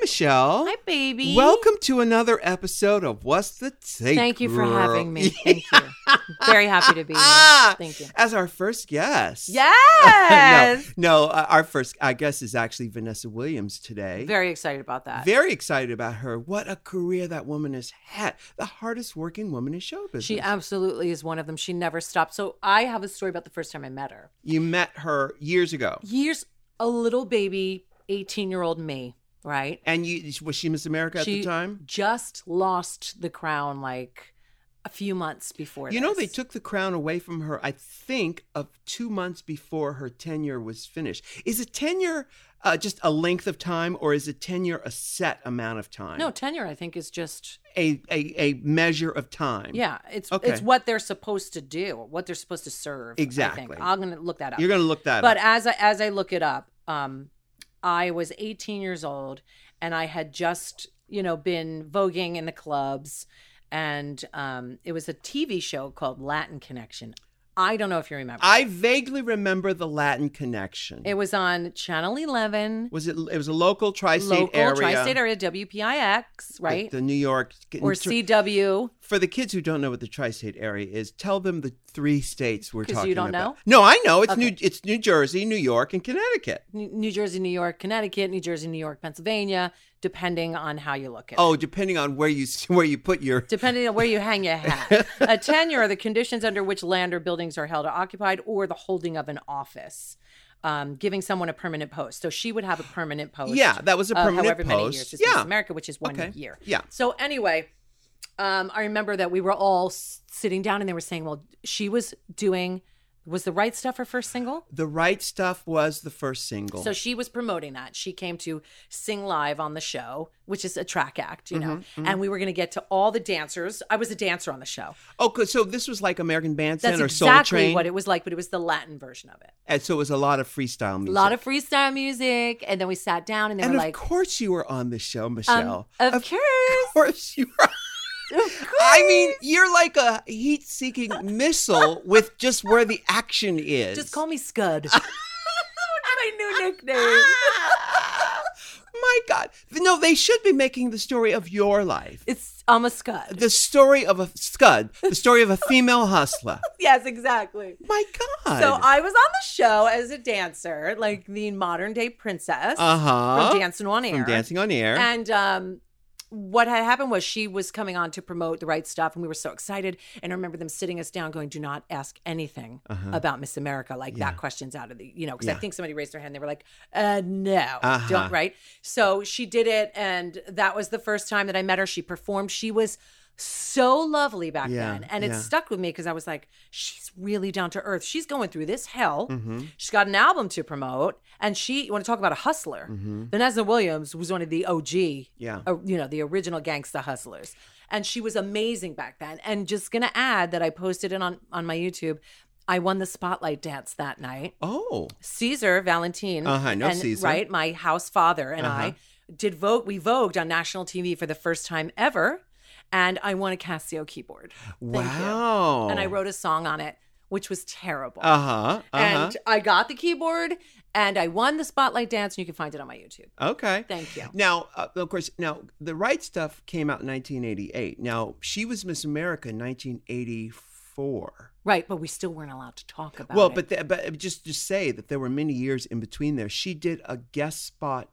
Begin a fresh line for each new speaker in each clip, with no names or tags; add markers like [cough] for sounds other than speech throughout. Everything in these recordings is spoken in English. Michelle.
Hi, baby.
Welcome to another episode of What's the Take?
Thank you for
Girl. [laughs]
having me. Thank you. Very happy to be here.
Ah, [laughs]
Thank you.
As our first guest.
Yes.
[laughs] no, no, uh, our first, I guess, is actually Vanessa Williams today.
Very excited about that.
Very excited about her. What a career that woman has had. The hardest working woman in show business.
she absolutely is one of them. She never stopped. So I have a story about the first time I met her.
you met her years ago.
Years, a little baby, 18 year old me, right?
And you was she Miss America at
She-
the time?
Just lost the crown like a few months before.
You know,
this.
they took the crown away from her, I think, of two months before her tenure was finished. Is a tenure uh, just a length of time, or is a tenure a set amount of time?
No, tenure, I think, is just
a, a, a measure of time.
yeah. It's
Okay.
it's what they're supposed to do, what they're supposed to serve. I think.
Exactly.
I'm gonna look that up.
You're going to look that
but
up.
as I, as I look it up, um, I was 18 years old, and I had just you know been voguing in the clubs, and um, it was a TV show called Latin Connection. I don't know if you remember.
I vaguely remember the Latin connection.
it was on Channel 11,
was it? It was a local tri-state
local
area,
tri-state area, WPIX,
the-
right,
The, New York
or CW.
For the kids who don't know what the tri-state area is, tell them the three states we're
'Cause
talking
you don't
about.
know?
No, I know. It's
Okay.
New. It's New Jersey, New York, and Connecticut.
New New Jersey, New York, Connecticut, New Jersey, New York, Pennsylvania, depending on how you look at it.
Oh, depending on where you s- [laughs] where you put your
depending on where you hang your hat.
[laughs]
a tenure are the conditions under which land or buildings are held or occupied, or the holding of an office, um, giving someone a permanent post. So she would have a permanent post.
yeah, that was a
of
permanent
however
post.
many years is Miss
yeah,
America, which is one
Okay.
year.
yeah.
So anyway, um, I remember that we were all s- sitting down and they were saying, "Well, she was doing." Was the right stuff her first single?
The right stuff was the first single.
So she was promoting that. She came to sing live on the show, which is a track act, you
Mm-hmm,
know. And we were going to get to all the dancers. I was a dancer on the show.
oh, 'cause- so this was like American Bandstand
That's
or Soul
exactly
Train,
what it was like, but it was the Latin version of it.
and so it was a lot of freestyle
A
music.
lot of freestyle music, and then we sat down and they
and
were
of
like,
course you were on the show,
um,
Michelle.
"Of
Of
course,
course you were. [laughs]
of
I
course."
mean, you're like a heat-seeking missile with just where the action is.
just call me Scud." [laughs] That's my new nickname.
[laughs] My God. No, they should be making the story of your life.
It's I'm a Scud.
[laughs] The story of a scud, the story
[laughs]
of a female hustler.
Yes, exactly.
My God.
So I was on the show as a dancer, like the modern day princess
uh huh.
from Dancing on Air.
From Dancing on Air.
And um, what had happened was she was coming on to promote the right stuff, and we were so excited. And I remember them sitting us down, going, "Do not ask anything about Miss America. Like
Uh-huh. Yeah.
that question's out of the, you know." Because I
Yeah.
think somebody raised their hand. They were like, uh, "No,
Uh-huh.
don't." Right. So she did it, and that was the first time that I met her. She performed. She was. So lovely back
Yeah,
then. And it
yeah.
stuck with me because I was like, she's really down to earth. She's going through this hell.
mm-hmm.
She's got an album to promote, and she you want to talk about a hustler.
Mm-hmm.
Vanessa Williams was one of the OG,
Yeah.
uh, you know, the original gangsta hustlers, and she was amazing back then. And just gonna add that I posted it on on my YouTube. I won the spotlight dance that night.
Oh.
Caesar Valentine,
Uh-huh, I know
and,
Caesar.
right? My house father and
Uh-huh.
I did vote. We vogued on national TV for the first time ever, and I won a Casio keyboard, you.
Wow.
and I wrote a song on it, which was terrible.
Uh huh. Uh
And I got the keyboard, and I won the spotlight dance, and you can find it on my YouTube.
huh. Okay.
Thank you.
Now, uh, of course, now the right stuff came out in 1988. Now she was Miss America in 1984.
Right, but we still weren't allowed to talk about
well,
it.
but the, but just to say that there were many years in between there. She did a guest spot.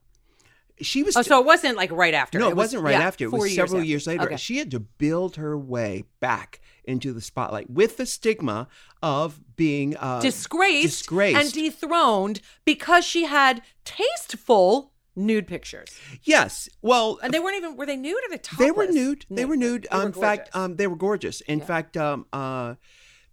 She was
oh, so it wasn't like right after.
no, it,
was-
wasn't right
yeah,
after. It
four
was several
after.
years, later.
Okay.
She had to build her way back into the spotlight with the stigma of being uh,
disgraced,
disgraced.
and dethroned because she had tasteful nude pictures,
yes. Well,
and they weren't even were they nude or the top?
They were nude. They were nude. Um, in fact, um, they were gorgeous. In
Yeah.
fact, um, uh,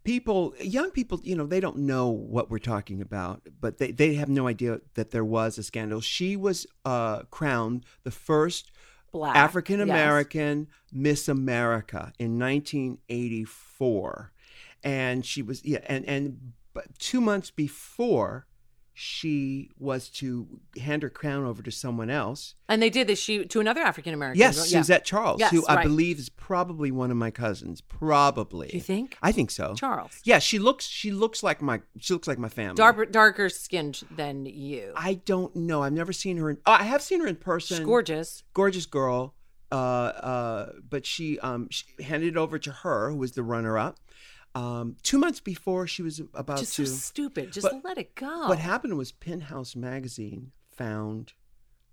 people, young people, you know, they don't know what we're talking about, but they, they have no idea that there was a scandal. She was uh, crowned the first
Black
uh, African American Miss America in 1984, and she was yeah, and and but two months before she was to hand her crown over to someone else.
And they did this she, to another African American.
Yes,
girl. Yeah.
Suzette Charles,
Yes,
who I
right.
believe is probably one of my cousins. Probably.
You think?
I think so.
Charles.
Yeah, she looks. She looks like my. She looks like my family.
Darker, darker skinned than you.
I don't know. I've never seen her. In, oh, I have seen her in person.
She's gorgeous.
gorgeous girl. Uh, uh, but she um she handed it over to her, who was the runner up. Um, two months before she was about
Just so
to.
stupid. Just
But-
let it go.
What happened was Penthouse magazine found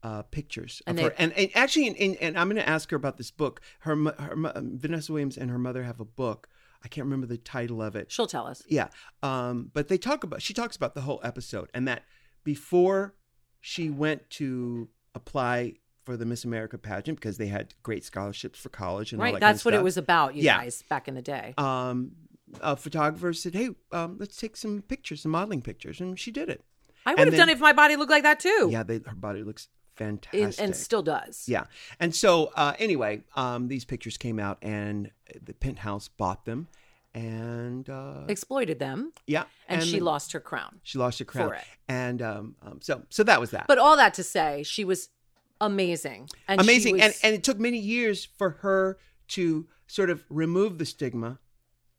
uh, pictures of
And they-
her, and, and actually, and, and, and I'm going to ask her about this book. Her, mo- her mo- Vanessa Williams and her mother have a book. I can't remember the title of it.
She'll tell us.
Yeah, um, but they talk about she talks about the whole episode and that before she went to apply for the Miss America pageant because they had great scholarships for college and all
Right.
that kind
That's
of
what it
stuff,
was about, you
Yeah.
guys, back in the day.
Um, a photographer said, "Hey, um, let's take some pictures, some modeling pictures," and she did it.
I
and
would have
then-
done it if my body looked like that too.
Yeah, they, her body looks fantastic.
And, and still does.
yeah, and so uh, anyway, um, these pictures came out, and the penthouse bought them, and uh,
Exploited them.
yeah,
And, she
the-
lost her crown.
She lost her crown,
for it.
and um, um, so so that was that.
But all that to say, she was amazing. And she
Amazing,
was-
and and it took many years for her to sort of remove the stigma,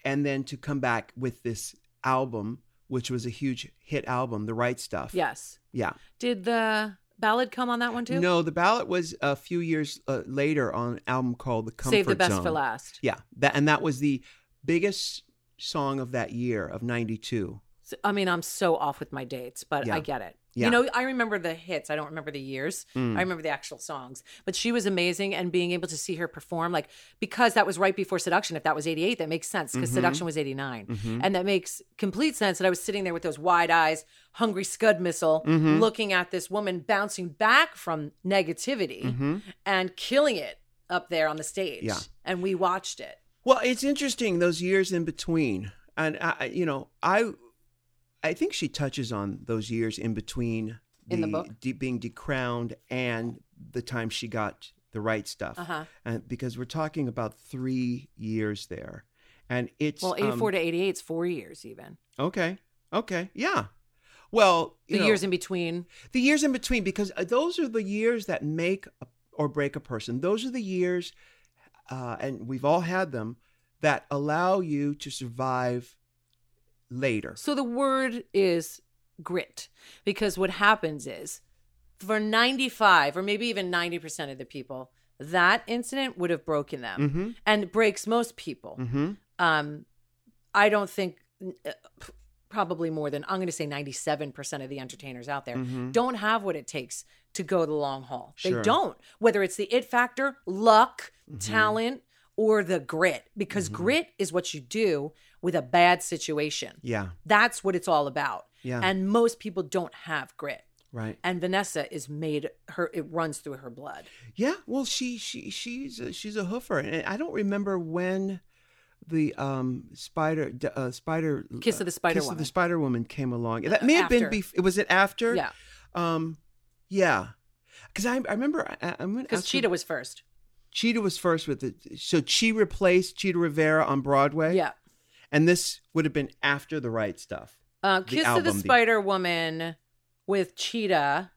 and then to come back with this album, which was a huge hit album, The Right Stuff.
yes.
yeah.
Did the ballad come on that one too?
No, the ballot was a few years uh, later on an album called The Comfort
Save the best
Zone.
for last.
Yeah, that and that was the biggest song of that year of '92.
So- I mean, I'm so off with my dates, but
Yeah.
I get it.
Yeah. Mm.
You know, I remember the hits. I don't remember the years. I remember the actual songs. But she was amazing and being able to see her perform, like, because that was right before Seduction. If that was 88, that makes sense because
Mhm.
Seduction was 89.
Mhm.
And that makes complete sense. And I was sitting there with those wide eyes, hungry scud missile,
Mhm.
looking at this woman bouncing back from negativity
Mhm.
and killing it up there on the stage.
Yeah.
And we watched it.
Well, it's interesting those years in between, and I, I- you know, I, I think she touches on those years in between
In the book?
de- being decrowned and the time she got the right stuff,
Uh huh.
and because we're talking about three years there, and it's
Well, 84
um,
to 88 is four years, even.
okay, okay, yeah. Well,
The
you know,
years in between.
the years in between because uh, those are the years that make a- or break a person those are the years uh, and we've all had them that allow you to survive later
So the word is grit because what happens is for 95 or maybe even 90% of the people, that incident would have broken them
mm-hmm
and it breaks most people.
mm-hmm
Um, I don't think uh, p- probably more than I'm going to say 97% of the entertainers out there
Mhm.
don't have what it takes to go the long haul.
Sure.
They don't, whether it's the it factor, luck,
Mhm.
talent, or the grit, because
Mhm.
grit is what you do with a bad situation.
yeah
That's what it's all about.
yeah
And most people don't have grit.
right
And Vanessa is made her it runs through her blood.
yeah well she she she's a, she's a hoofer and i don't remember when the um spider d- uh, spider
Kiss of the Spider
Kiss of
Woman.
the spider woman came along that may have been
After.
bef- was it after
yeah.
um yeah because I, I remember I, I'm gonna
Because
ask you-
Cheetah was first.
Cheetah was first with it. So she replaced Cheetah Rivera on Broadway.
Yeah.
And this would have been after the right stuff.
Uh,
The
Kiss of
album,
the
the-
Spider Woman with Cheetah.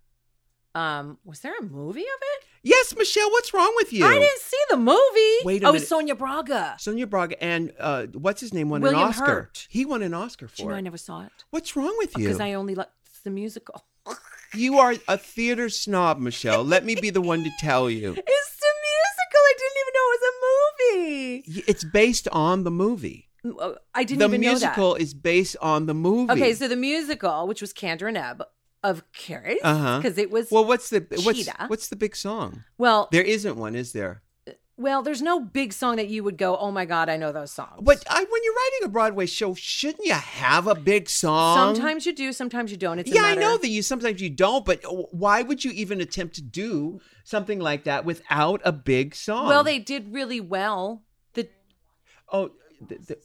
Um, was there a movie of it?
Yes, Michelle, what's wrong with you?
I didn't see the movie.
Wait a
oh, it was
minute.
Sonia Braga.
Sonia Braga and uh, what's his name won
William
an Oscar.
Hurt.
He won an Oscar
Do you know
for
I
it.
never saw it?
What's wrong with you?
Because I only like the musical. [laughs]
You are a theater snob, Michelle. Let me be the one to tell you.
It's the musical. I didn't even know it was
It's based on the movie.
a movie. Uh, I didn't
the
even know
musical is based on the movie.
that. Okay, so the musical, which was Candor and Ebb, of Carrie,
Uh-huh.
because it was
well, what's the what's,
Cheetah.
what's the big song?
well,
There isn't one, is there?
well. There's no big song that you would go, oh my god, I know those songs.
But I, when you're writing a Broadway show, shouldn't you have a big song?
sometimes you do, sometimes you don't. It's a
yeah, I
matter-
know that you sometimes you don't, but why would you even attempt to do something like that without a big song?
Well, they did really well. The
oh, the, the,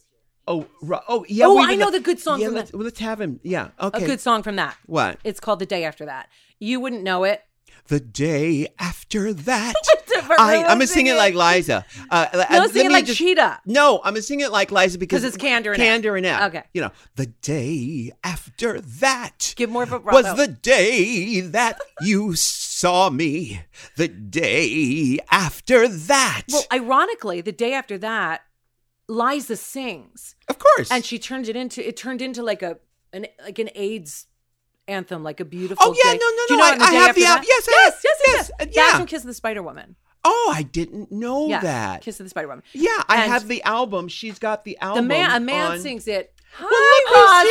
oh, ro- oh, yeah.
Oh,
wait a
I know
minute.
the good song
Yeah,
from
let's, well, let's have him. Yeah, okay.
a good song from that.
What?
It's called "The Day After That." You wouldn't know it.
the day after
[laughs]
that.
Different
I,
way
I'm
of
gonna sing it like Liza. Uh,
[laughs] No,
let
sing it
me
like
just-
Cheetah.
No, I'm gonna sing it like Liza because
'Cause it's candor and F.
candor and F.
Okay.
You know, the day after that
Give more vibrato.
was the day that you saw me. The day after that.
well, ironically, the day after that, Liza sings,
of course.
and she turned it into it turned into like a an like an AIDS anthem, like a beautiful.
Oh yeah,
day.
no, no,
Do
no!
you know
I,
on the
I
day
have
after
the
that?
app. Yes, I
yes,
have.
yes, yes,
yes.
That's
Yeah.
from Kiss of the Spider Woman.
Oh, I didn't know that.
Kiss of the Spider Woman.
Yeah, I
And-
have the album. She's got the
The
album.
man, a man
on-
sings it.
Well, look who's
Hi,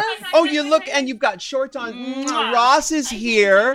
Ross
here! Oh, you look, and you've got shorts on. Mm, Ross is here.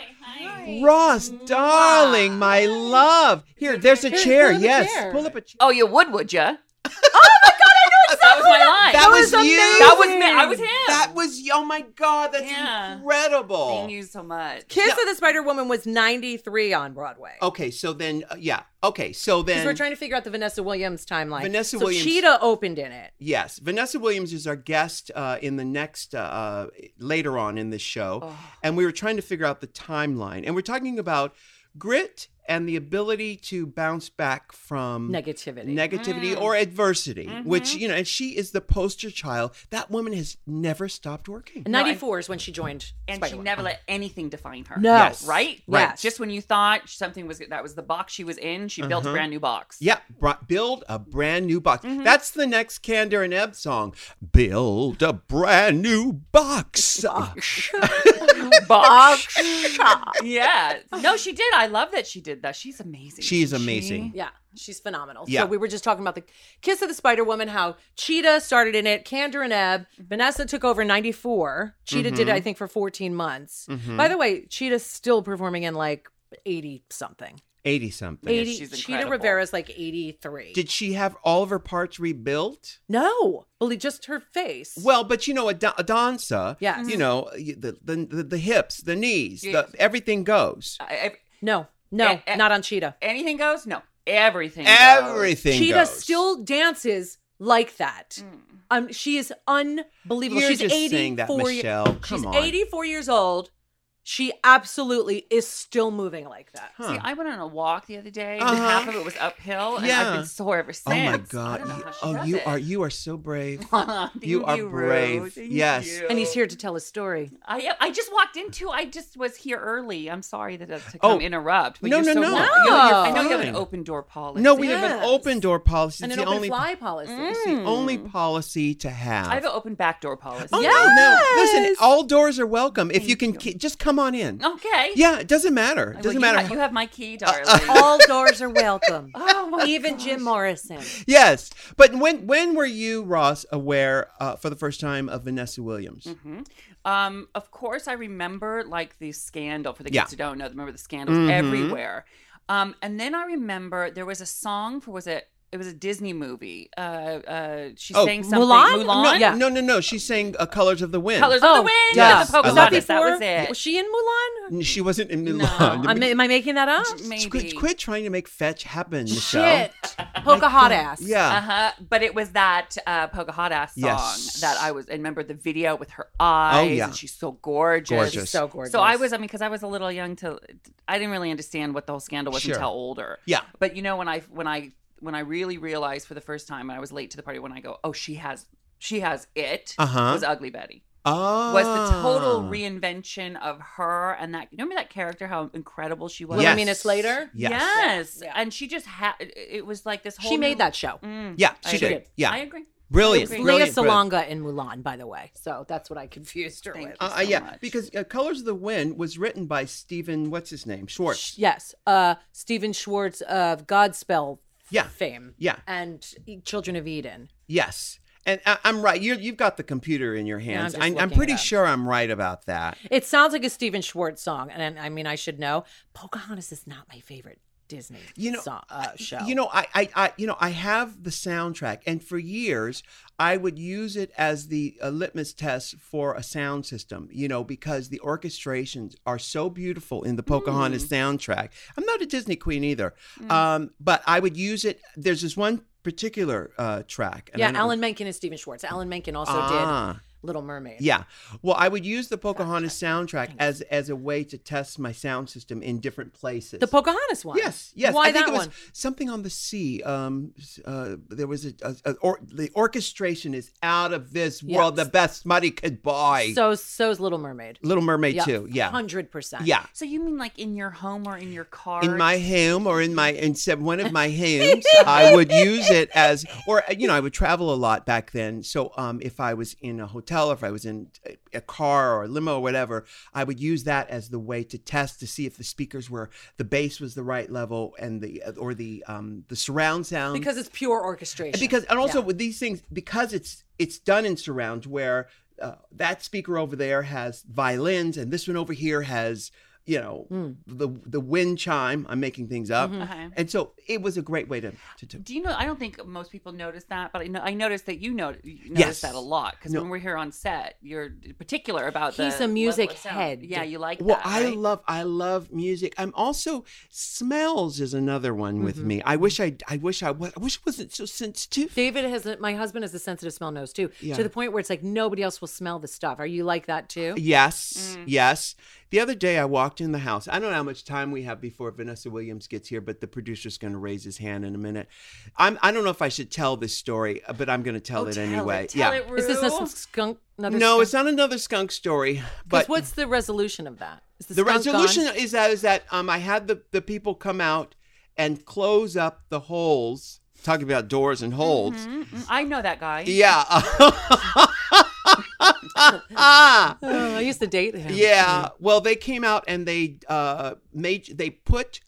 Ross, darling, my love. Here, there's a
Here,
chair.
pull up a
Yes,
chair.
pull up a chair.
Oh, you would, would [laughs] you? oh my god, I know exactly. That was my line.
That was
was
you.
amazing.
That was me. I was him.
That was. Oh my God, that's
Yeah.
incredible.
Thank you so much.
Kiss of the Spider Woman was 93 on Broadway.
Okay, so then, uh, yeah. Okay, so
Because
then.
we're trying to figure out the Vanessa Williams timeline.
Vanessa
so
Williams-
Cheetah opened in it.
Yes, Vanessa Williams is our guest uh, in the next uh, uh, later on in this show,
Oh.
and we were trying to figure out the timeline, and we're talking about grit and the ability to bounce back from
Negativity. Mm. Mm-hmm.
negativity or adversity, which you know, and she is the poster child. That woman has never stopped working.
94 is when she joined
And she
Spider-Woman.
never let anything define her.
No.
Yes.
Right?
Right.
Yes.
Just when you thought something was that was the box she was in, she built a
Uh-huh.
brand new box.
Yeah, br- build a brand new box. That's the next Candor and Ebb song. Build a brand new box. [laughs]
box. yeah. No, she did. I love that she did that. She's amazing.
She is
isn't she?
amazing.
Yeah, she's phenomenal.
Yeah.
So we were just talking about the Kiss of the Spider Woman, how Cheetah started in it, Candor and Ebb. Vanessa took over in 94. Cheetah did
Mm-hmm.
it, I think, for 14 months. By the way, Cheetah's still performing in like 80 something.
80 something.
80.
she's
Cheetah
incredible.
Rivera's like 83.
Did she have all of her parts rebuilt?
no, believe just her face.
Well, but you know, a, da- a dancer,
Yes.
you know, y- the, the the the hips, the knees,
Yes.
the, everything goes.
I- I-
no, no,
Eh, eh.
not on Cheetah.
anything goes? No. Everything. goes.
Everything
Cheetah
goes.
still dances like that. Um, she is unbelievable.
You're
She's
just
84
saying that,
ye-
Michelle. Come
She's
on.
84 years old. She absolutely is still moving like that.
Huh.
See, I went on a walk the other day, and
Uh-huh.
half of it was uphill, and
Yeah.
I've been sore ever
oh
since.
my
I
god.
don't know
You,
how she
oh,
does
you
it. [laughs]
are you are so brave.
Thank
you are
Ru.
brave.
Thank
Yes.
you.
And he's here to tell his story.
I I just walked into. I just was here early. I'm sorry that to
Oh.
come interrupt. But
No,
you're
no,
so
no.
wel-
No.
You're, you're, I know you have
Fine.
an open door policy.
No, we have an
Yes.
open door policy.
and
It's
an
the
open
only Mm.
fly policy.
it's the only policy to have.
Hmm. I have an open back door policy.
oh no, no.
Yes.
Listen, all doors are welcome if you can ki- just come on in.
Okay.
Yeah, it doesn't matter.
Oh. Well,
It doesn't
you
matter. Uh,
ha- you have my key, darling.
All doors
[laughs]
are welcome.
oh my
Even Jim Morrison.
Yes, but when when were you, Ross, aware uh, for the first time of Vanessa Williams?
Mm-hmm. Um, of course, I remember like the scandal for the kids
Yeah. Mm-hmm.
who don't know. Remember the scandals everywhere. Um, and then I remember there was a song for was it? It was a Disney movie. Uh, uh, she
Oh,
sang something.
Mulan?
No,
Yeah.
no, no, no. She sang uh, "Colors of the Wind."
Colors of the Wind.
yes.
Yeah, the polka
I love
dots.
it.
That was
before?
it.
Was she in Mulan?
She wasn't in Milan.
No.
I'm- am I making that up?
Maybe.
Quit, quit trying to make fetch happen, Michelle.
Shit. Poke a hot ass.
Yeah.
Uh huh. But it was that uh, Pocahontas song
Yes. Oh,
that I was. And remember the video with her eyes.
yeah.
And she's so gorgeous.
Gorgeous.
So gorgeous.
So I was, I mean, because I was a little young to, I didn't really understand what the whole scandal was
Sure.
until older.
Yeah.
But you know, when I, when I, when I really realized for the first time, and I was late to the party, when I go, oh, she has, she has it.
Uh-huh.
Was Ugly Betty
Ah.
was the total reinvention of her and that. Remember that character? How incredible she was.
Yes.
Wilhelmina Slater?
Yes.
Yes.
Yeah.
And she just had. It was like this whole.
She
new-
made that show.
Mm.
Yeah,
I
she
agree.
did. Yeah.
I agree.
Brilliant.
It
Leah
was Leah
brilliant, brilliant.
Salonga in Mulan, by the way. So that's what I confused her
Thank
with.
you.
Uh, uh, yeah,
much.
because uh, "Colors of the Wind" was written by Stephen. What's his name? Schwartz.
Yes, uh, Stephen Schwartz of Godspell
Yeah.
fame.
Yeah.
and E, Children of Eden.
Yes, and I- I'm right. You're, you've got the computer in your hands. I'm,
just
I'm
looking it
pretty
up.
sure I'm right about that.
It sounds like a Stephen Schwartz song, and I mean I should know. Pocahontas is not my favorite Disney
You know,
song, uh, show.
You know, I, I, I, you know, I have the soundtrack, and for years I would use it as the uh, litmus test for a sound system. You know, because the orchestrations are so beautiful in the Pocahontas
Mm.
soundtrack. I'm not a Disney queen either, um, but I would use it. There's this one particular uh, track. and I
yeah,
don't-
Alan Menken is Stephen Schwartz. Alan Menken also
Ah.
did Little Mermaid.
Yeah. Well, I would use the Pocahontas soundtrack
Thanks.
as as a way to test my sound system in different places.
The Pocahontas one.
Yes, yes.
Why
I think
that
it was
one?
Something on the sea. Um, s- uh, there was a, a, a or, the orchestration is out of this
Yeah.
world. The best money could buy.
So so's Little Mermaid.
Little Mermaid too. Yeah,
Hundred percent.
yeah.
So you mean like in your home or in your car?
In my home or in my in some- one of my homes, I would use it as or uh, you know I would travel a lot back then. So um, if I was in a hotel, or if I was in a, a car or a limo or whatever, I would use that as the way to test to see if the speakers were the bass was the right level and the or the um the surround sound
Because it's pure orchestration.
because and also
Yeah.
with these things because it's it's done in surround where uh, that speaker over there has violins and this one over here has you know
Mm.
the the wind chime i'm making things up
Mhm.
Okay.
and so it was a great way to to, to
Do you know? I don't think most people notice that, but I, know, I noticed that you know you
Yes.
notice that a lot because
No.
when we're here on set, you're particular about.
He's
the
a music
level of sound.
head.
Yeah, you like
well
that.
i
right?
love i love music i'm also smells is another one with me i wish i i wish i was i wish it wasn't so sensitive
David has a, my husband has a sensitive smell nose too,
Yeah.
to the point where it's like nobody else will smell the stuff. Are you like that too?
Yes, yes. The other day I walked in the house. I don't know how much time we have before Vanessa Williams gets here, but the producer's going to raise his hand in a minute. I'm, I don't know if I should tell this story, uh, but I'm going to tell
Oh,
it
tell
anyway.
It, tell
yeah.
It,
Is this
Rue.
a skunk? Another
no,
skunk?
it's not another skunk story,
'Cause
but
what's the resolution of that? Is
the
skunk gone?
resolution is that is that um, I had the the people come out and close up the holes. Talking about doors and holes.
Mhm, mhm. I know that guy.
Yeah. [laughs]
Oh, I used to date him.
Yeah. Well, they came out and they uh, made they put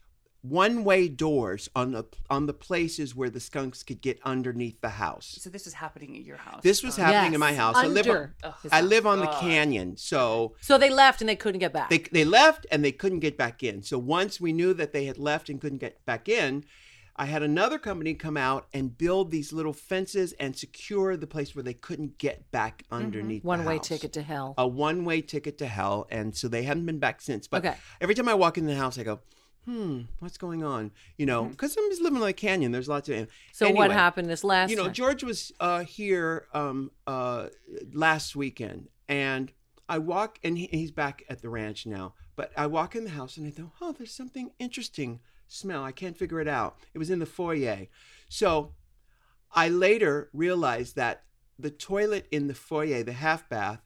one way doors on the on the places where the skunks could get underneath the house.
So this was happening at your house.
This was
Um,
happening in my house. I live on,
Under Oh,
Ugh.
his
I
house.
live on the
God.
canyon, so
So they left and they couldn't get back.
they they left and they couldn't get back in. So once we knew that they had left and couldn't get back in. I had another company come out and build these little fences and secure the place where they couldn't get back underneath. the
One way
house.
Mm-hmm.
Oh,
ticket to hell.
A one way ticket to hell, and so they haven't been back since. But
okay.
Every time I walk in the house, I go, hmm, what's going on? You know, because I'm just living on a canyon. There's lots of,
Mm-hmm. So what
anyway,
happened this last?
you know,
time?
George was uh, here um, uh, last weekend, and I walk, and he, he's back at the ranch now. But I walk in the house, and I thought, oh, there's something interesting smell. I can't figure it out. It was in the foyer. So I later realized that the toilet in the foyer, the half bath,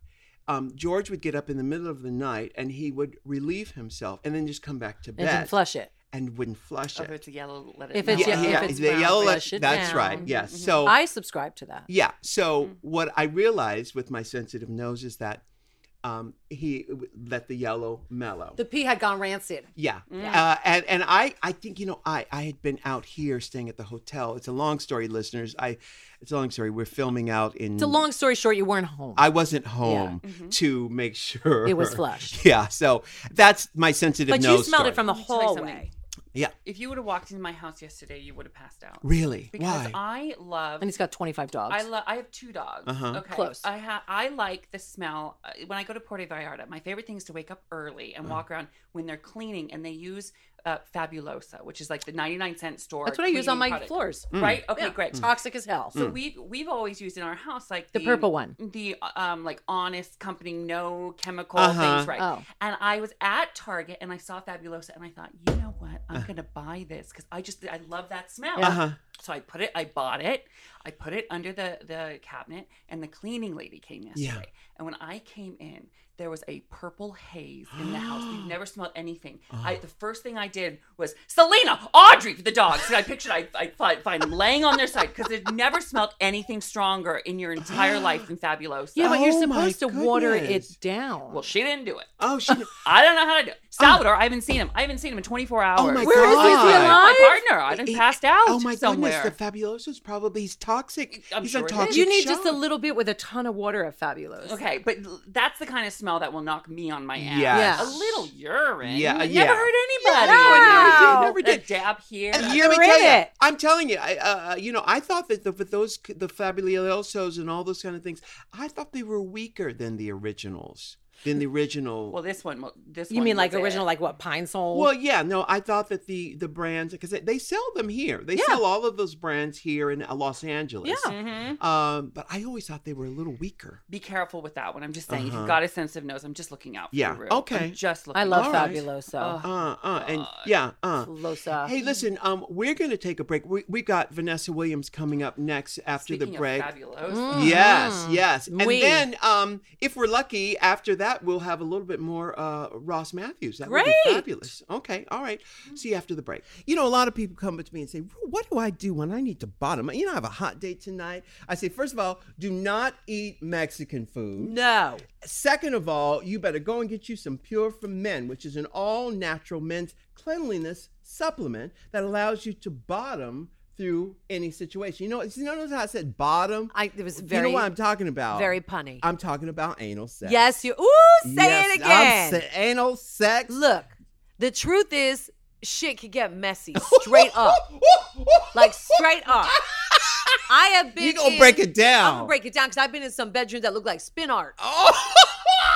um, George would get up in the middle of the night and he would relieve himself and then just come back to
and didn't
bed
flush it.
and wouldn't flush
Oh, if
it.
it's a yellow, let it
If it's
melt.
yeah, if it's
the
brown,
yellow.
flush it
that's
down. Mm-hmm.
right. Yes.
Mhm.
So
I subscribe to that.
yeah. So
Mm.
what I realized with my sensitive nose is that um, he let the yellow mellow.
The pee had gone rancid.
yeah.
Mm.
Uh, and and I, I think you know I I had been out here staying at the hotel. It's a long story, listeners. I it's a long story. We're filming out in.
It's a long story short. You weren't home.
Mm. I wasn't home
Mhm.
to make sure
it was
[laughs]
flushed.
Yeah. So that's my sensitive
But
nose.
you smelled
story.
it from the
Let me tell you something.
hallway,
Yeah.
If you would have walked into my house yesterday, you would have passed out.
Really?
Because
Why?
I love.
and he's got twenty-five dogs.
I love. I have two dogs.
Uh-huh.
Okay.
Close.
I ha- I like the smell Uh, when I go to Puerto Vallarta. My favorite thing is to wake up early
Uh-huh.
and walk around when they're cleaning, and they use uh, Fabulosa, which is like the ninety-nine cent store.
That's what I use on
cleaning
my
product.
floors.
Mm.
Right. Okay.
Yeah.
Great.
Toxic as hell.
So we we've always used in our house like
The purple one.
the um like honest company, no chemical
Uh-huh.
things, right?
Oh.
And I was at Target and I saw Fabulosa, and I thought, you know what, I'm gonna buy this because I just I love that smell.
Uh huh.
So I put it, I bought it, I put it under the the cabinet, and the cleaning lady came yesterday.
Yeah.
And when I came in, there was a purple haze in the house.
[gasps]
We've never smelled anything. I,
Oh.
the first thing I did was Selena, Audrey, the dogs. And I pictured I I find, find them laying on their side because they've never smelled anything stronger in your entire life than Fabulosa.
Yeah, but you're
Oh my
supposed to water
goodness.
it down.
Well, she didn't do it.
Oh,
[laughs]
she.
I don't know how to do it. Salvador, I haven't seen him. I haven't seen him in 24 hours.
Oh. my
Where is he? Is he
God.
alive?
My partner. I done
He-
passed out
Oh my
somewhere.
goodness, the Fabuloso's probably he's toxic.
I'm
he's
sure
a
it is.
toxic.
you need just a
shock.
little bit with a ton of water of Fabulos.
Okay, but l- that's the kind of smell that will knock me on my ass.
Yes.
A little urine.
Yeah,
Never
yeah.
hurt anybody.
Yeah, I
never did, never did.
A dab here.
And
You're
let me tell
in
ya,
it.
I'm telling you, I, uh, you know, I thought that the, with those the Fabulosos and all those kind of things, I thought they were weaker than the originals.
than the original.
Well, this one, this
You
one
mean like
was it.
original, like what Pine Sol?
Well, yeah, no, I thought that the the brands because they, they sell them here. They
Yeah.
sell all of those brands here in uh, Los Angeles.
Yeah.
Mhm.
Um, but I always thought they were a little weaker.
Be careful with that one. I'm just saying, if
Uh-huh.
you've got a sensitive nose, I'm just looking out. For
Yeah,
you, Rue.
okay.
I'm just looking.
I love
All right.
Fabuloso.
Uh, uh, and
God.
yeah, uh.
Fabulosa.
Hey, listen, um, we're gonna take a break. We we got Vanessa Williams coming up next after
Speaking
the
of
break.
fabulous.
Yes,
Mhm.
yes. And
We-
then um if we're lucky, after that we'll have a little bit more uh Ross Matthews. That would be
Great.
fabulous. Okay, all right. See you after the break.
You know, a lot of people come up to me and say, "Ru, What do I do when I need to bottom? You know, I have a hot day tonight. I say, First of all, do not eat Mexican food.
No.
Second of all, you better go and get you some Pure from Men, which is an all natural men's cleanliness supplement that allows you to bottom through any situation. You know, you notice how I said bottom?
I, it was
you
very,
know what I'm talking about?
very punny.
I'm talking about anal sex.
yes, you. Ooh, say
Yes,
it again.
I'm sa- anal sex.
Look, the truth is, shit could
[laughs]
get messy straight up. Like, straight up. I have been.
You gonna
in-
break it down?
I'm gonna break it down because I've been in some bedrooms that look like spin art.
Oh.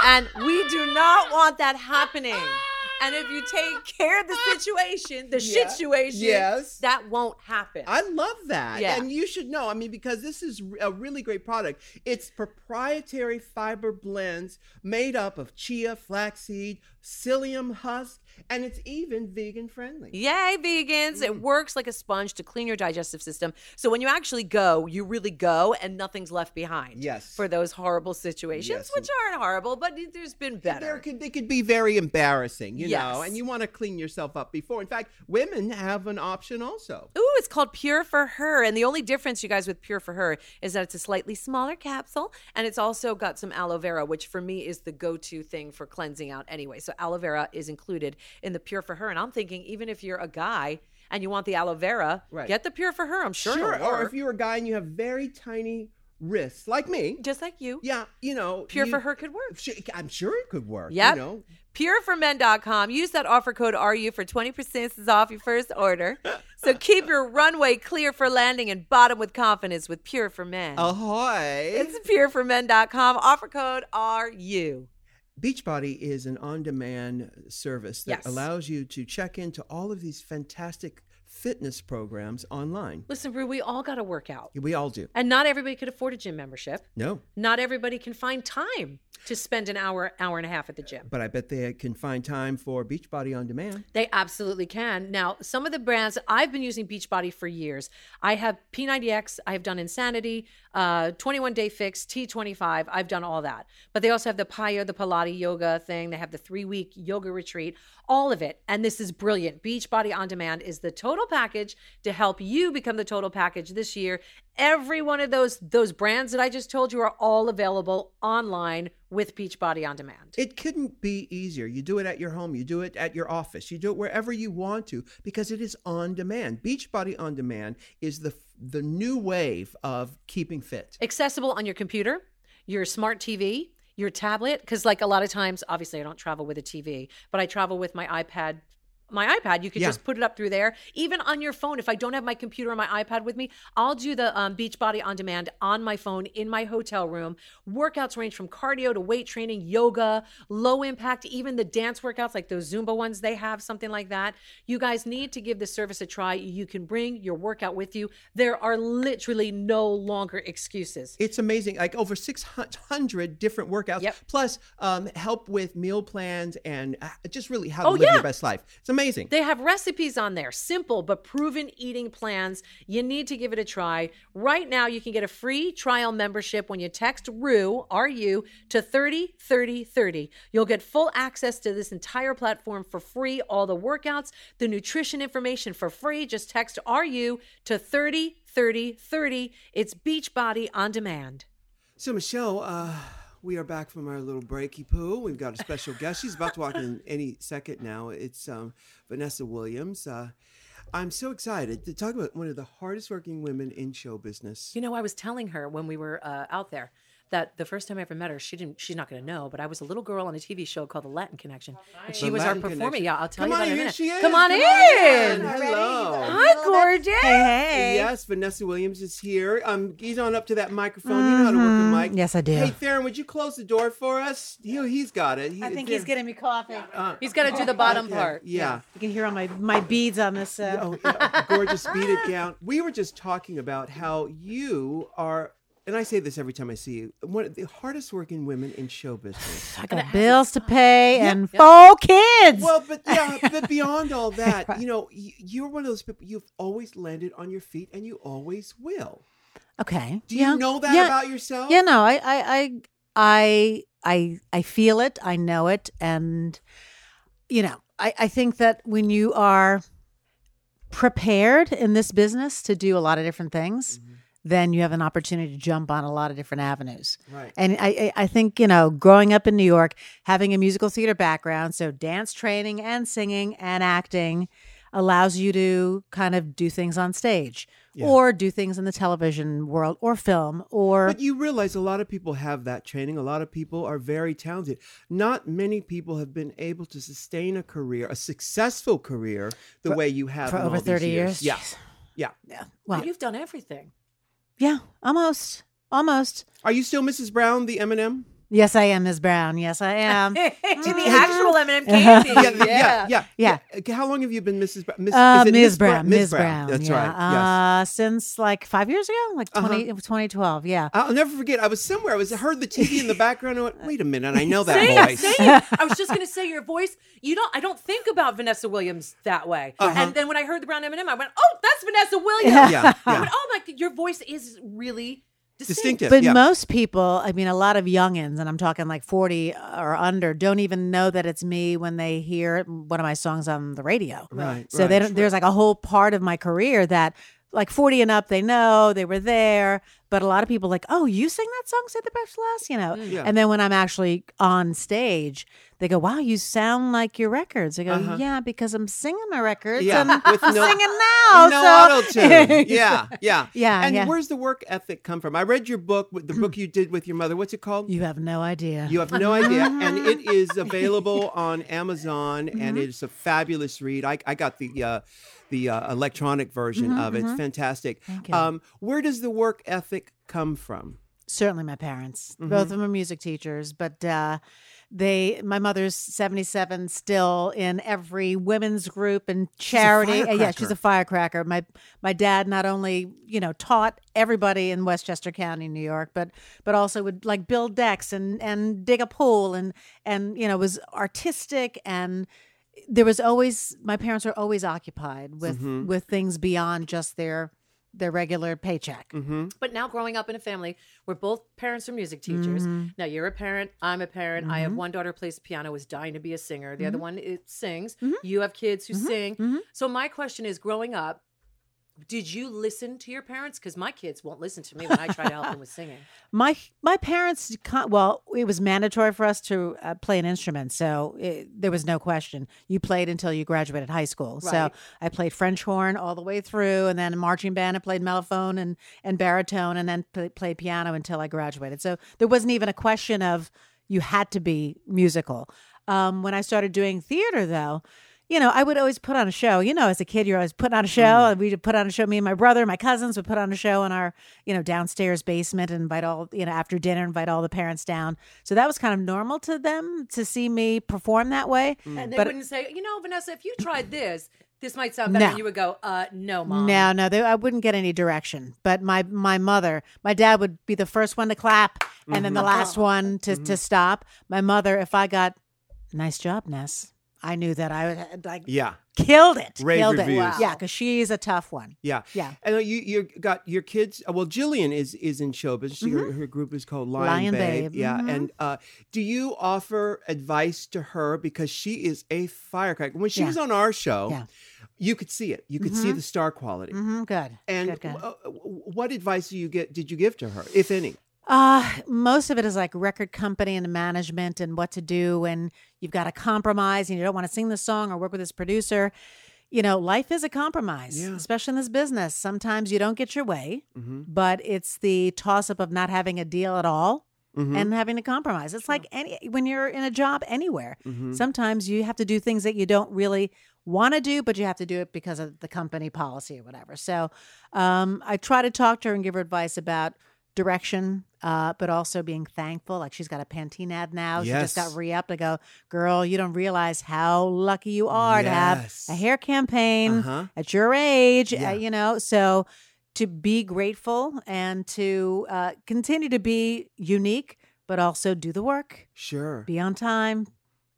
And we do not want that happening. And if you take care of the situation, the
Yeah.
situation,
Yes.
that won't happen.
[laughs] I love that.
Yeah.
And you should know. I mean, because this is a really great product. It's proprietary fiber blends made up of chia, flaxseed, psyllium husk, and it's even vegan friendly.
Yay, vegans.
Mm.
It works like a sponge to clean your digestive system. So when you actually go, you really go and nothing's left behind.
Yes.
For those horrible situations,
Yes.
which aren't horrible, but there's been
There
better.
could, they could be very embarrassing, you know,
Yes.
and you want to clean yourself up before. In fact, women have an option also.
Ooh, it's called Pure for Her. And the only difference, you guys, with Pure for Her is that it's a slightly smaller capsule and it's also got some aloe vera, which for me is the go to thing for cleansing out anyway. So aloe vera is included in the Pure for Her. And I'm thinking, even if you're a guy and you want the aloe vera,
Right.
get the Pure for Her. I'm sure. it'll
Or
work.
if you're a guy and you have very tiny wrists, like me,
Just like you,
yeah, you know,
Pure
you-
for Her could work.
Sh- I'm sure it could work.
Yep.
You know,
pureformen.com. Use that offer code RU for 20% off your first
[laughs]
order. So keep your runway clear for landing and bottom with confidence with Pure for Men.
ahoy!
It's pureformen.com. Offer code RU.
Beachbody is an on-demand service that
Yes.
allows you to check into all of these fantastic fitness programs online.
Listen, Rue, we all got to work out.
We all do.
And not everybody could afford a gym membership.
No,
Not everybody can find time to spend an hour, hour and a half at the gym.
but I bet they can find time for Beachbody on demand.
They absolutely can. Now, some of the brands I've been using Beachbody for years. I have P90X, I've done Insanity, uh, 21 Day Fix, T25. I've done all that. But they also have the Paya, the Pilates yoga thing. They have the three week yoga retreat, all of it. And this is brilliant. Beachbody on Demand is the total package to help you become the total package this year. Every one of those those brands that I just told you are all available online with Beachbody on Demand.
It couldn't be easier. You do it at your home, you do it at your office, you do it wherever you want to because it is on demand. Beachbody on demand is the the new wave of keeping fit.
accessible on your computer, your smart TV, your tablet. Because like a lot of times, obviously, I don't travel with a TV, but I travel with my iPad. My iPad, you could
Yeah.
just put it up through there. Even on your phone, if I don't have my computer or my iPad with me, I'll do the um, Beachbody on demand on my phone in my hotel room. Workouts range from cardio to weight training, yoga, low impact, even the dance workouts like those Zumba ones they have, something like that. You guys need to give this service a try. You can bring your workout with you. There are literally no longer excuses.
It's amazing. Like over 600 different workouts,
Yep.
plus um, help with meal plans and uh, just really how to
Oh,
live
yeah.
your best life. It's amazing.
They have recipes on there, simple but proven eating plans. You need to give it a try. Right now, you can get a free trial membership when you text RU, R-U, to 303030. You'll get full access to this entire platform for free, all the workouts, the nutrition information for free. Just text RU to 303030. It's Beachbody on demand.
So Michelle, uh, we are back from our little breaky poo. We've got a special guest. She's about to walk in any second now. It's um, Vanessa Williams. Uh, I'm so excited to talk about one of the hardest working women in show business.
You know, I was telling her when we were uh, out there that the first time I ever met her, she didn't. She's not going to know, but I was a little girl on a TV show called The Latin Connection, and she
The
was
Latin
our performer.
Connection.
Yeah, I'll tell
Come
you
on,
about it in a
here
minute.
she is.
Come
on
on in.
in.
Already?
Hello.
Hi, gorgeous.
Hey.
Yes, Vanessa Williams is here. Um, he's on up to that microphone. You know how to work the
Mm-hmm.
mic.
Yes, I do.
Hey, Theron, would you close the door for us? He, he's got it. He-
I think
Theron-
he's getting me coffee.
He's got to do the bottom
Okay,
part.
Uh, Yeah.
You can hear all my, my beads on this. Uh,
Oh, yeah, gorgeous beaded gown. We were just talking about how you are, and I say this every time I see you, one of the hardest working women in show
[laughs]
business.
I got bills to pay and four kids.
Well, but yeah, but beyond
[laughs]
all that, you know, y- you're one of those people. You've always landed on your feet, and you always will.
okay.
Do you
yeah.
know that
yeah.
about yourself?
Yeah, no, I, I, I, I, I, I feel it. I know it, and you know, I, I think that when you are prepared in this business to do a lot of different things, then you have an opportunity to jump on a lot of different avenues.
Right.
And I, I, I think you know, growing up in New York, having a musical theater background, so dance training and singing and acting allows you to kind of do things on stage.
Yeah.
Or do things in the television world, or film, or
But you realize a lot of people have that training. A lot of people are very talented. Not many people have been able to sustain a career, a successful career, the way you have
for
in
over
all these
30
years.
years.
Yeah.
Jeez.
Yeah.
Yeah. Well,
You've done everything.
yeah, almost. Almost.
Are you still Mrs. Brown, the
[laughs]
Eminem?
Yes, I am Ms. Brown. Yes,
[laughs]
I am.
to the actual M&M candy.
the- yeah,
Yeah.
Okay, How long have you been Mrs. Brown? Miss,
Uh,
is it
Ms. Brown. Ms. Brown.
That's
yeah.
right. Yes. Uh-huh.
Uh, since like five years ago, like 20, 2012. Yeah.
I'll never forget. I was somewhere. I was I heard the TV in the background. I went, wait a minute. I know that
Say it,
voice.
say it. I was just gonna say your voice. You don't. I don't think about Vanessa Williams that way. And then when I heard the brown M&M, I went, "Oh, that's Vanessa Williams."
Uh-huh. Yeah,
I
yeah.
went, "Oh my, your voice is really distinct."
Distinctive.
But
yeah.
most people, I mean, a lot of youngins, and I'm talking like 40 or under, don't even know that it's me when they hear one of my songs on the radio.
Right,
So they
right.
don't, there's like a whole part of my career that, like 40 and up, they know they were there. But a lot of people like, oh, you sing that song, Say the Best for Last, you know.
Mm, Yeah.
And then when I'm actually on stage, they go, wow, you sound like your records. I go,
Uh-huh.
yeah, because I'm singing my records
Yeah,
and
with no-
singing
[laughs]
now.
no
so.
auto
[laughs]
tune. Yeah, yeah,
Yeah,
And
yeah. Hmm.
where's the work ethic come from? I read your book, with the book you did with your mother. What's it called?
You have no idea.
You have no idea. And
[laughs]
it is available on Amazon
Mm-hmm.
and it's a fabulous read. I, I got the uh, the uh, electronic version of it. It's fantastic.
Mm-hmm, you.
Um, where does the work ethic come from?
certainly my parents both of them are music teachers but uh they my mother's 77 still in every women's group and charity Uh, yeah she's a firecracker my my dad not only you know taught everybody in westchester county new york but but also would like build decks and and dig a pool and and you know was artistic and there was always my parents were always occupied with with things beyond just their their regular paycheck
Mm-hmm.
But now growing up in a family where both parents are music teachers.
Mm-hmm.
Now you're a parent, I'm a parent. I have one daughter who plays the piano, is dying to be a singer. The other
Mm-hmm.
one it sings. You have kids who sing. So my question is, growing up, did you listen to your parents? Because my kids won't listen to me when I try to help them
[laughs]
with singing.
My my parents, con- well, it was mandatory for us to uh, play an instrument, so it, there was no question. You played until you graduated high school. So
Right.
I played French horn all the way through, and then marching band. I played mellophone and and baritone, and then pl- played piano until I graduated. So there wasn't even a question of you had to be musical. Um, when I started doing theater, though. You know, I would always put on a show. You know, as a kid, you're always putting on a show. and We would put on a show. Me and my brother, my cousins would put on a show in our, you know, downstairs basement and invite all, you know, after dinner, invite all the parents down. So that was kind of normal to them to see me perform that way.
Mm.
And they
But-
wouldn't say, you know, Vanessa, if you tried this, this might sound better.
No.
And you would go, uh, no, mom.
No, no, they, I wouldn't get any direction. But my my mother, my dad would be the first one to clap and then
Mm-hmm.
the last one to to stop. My mother, if I got nice job, Ness, I knew that I had like
Yeah,
killed it,
Rave
killed it.
reviews. Wow.
Yeah, because she's a tough one.
yeah,
Yeah.
And uh, you you got your kids. uh, Well, Jillian is is in show business. Her, her group is called Lion,
Mm-hmm. Lion Babe,
Yeah,
mhm.
and uh, do you offer advice to her because she is a firecracker? When she
Yeah.
was on our show,
Yeah. Mm-hmm.
you could see it. You could see the star quality.
hmm good.
And
good, good.
w- uh, w- what advice do you get? Did you give to her, if any?
Uh, most of it is like record company and management and what to do and you've got to compromise and you don't want to sing the song or work with this producer. You know, life is a compromise,
Yeah.
especially in this business. Sometimes you don't get your way,
Mhm.
but it's the toss up of not having a deal at all
Mhm.
and having to compromise. It's like any when you're in a job anywhere.
Mhm.
Sometimes you have to do things that you don't really want to do, but you have to do it because of the company policy or whatever. So um, I try to talk to her and give her advice about direction, uh, but also being thankful. Like she's got a Pantene ad now. She just
Yes.
got re upped. I go, girl, you don't realize how lucky you are to have
Yes.
a hair campaign
Uh-huh.
at your age,
Yeah.
uh, you know. So to be grateful and to uh, continue to be unique, but also do the work,
Sure.
be on time,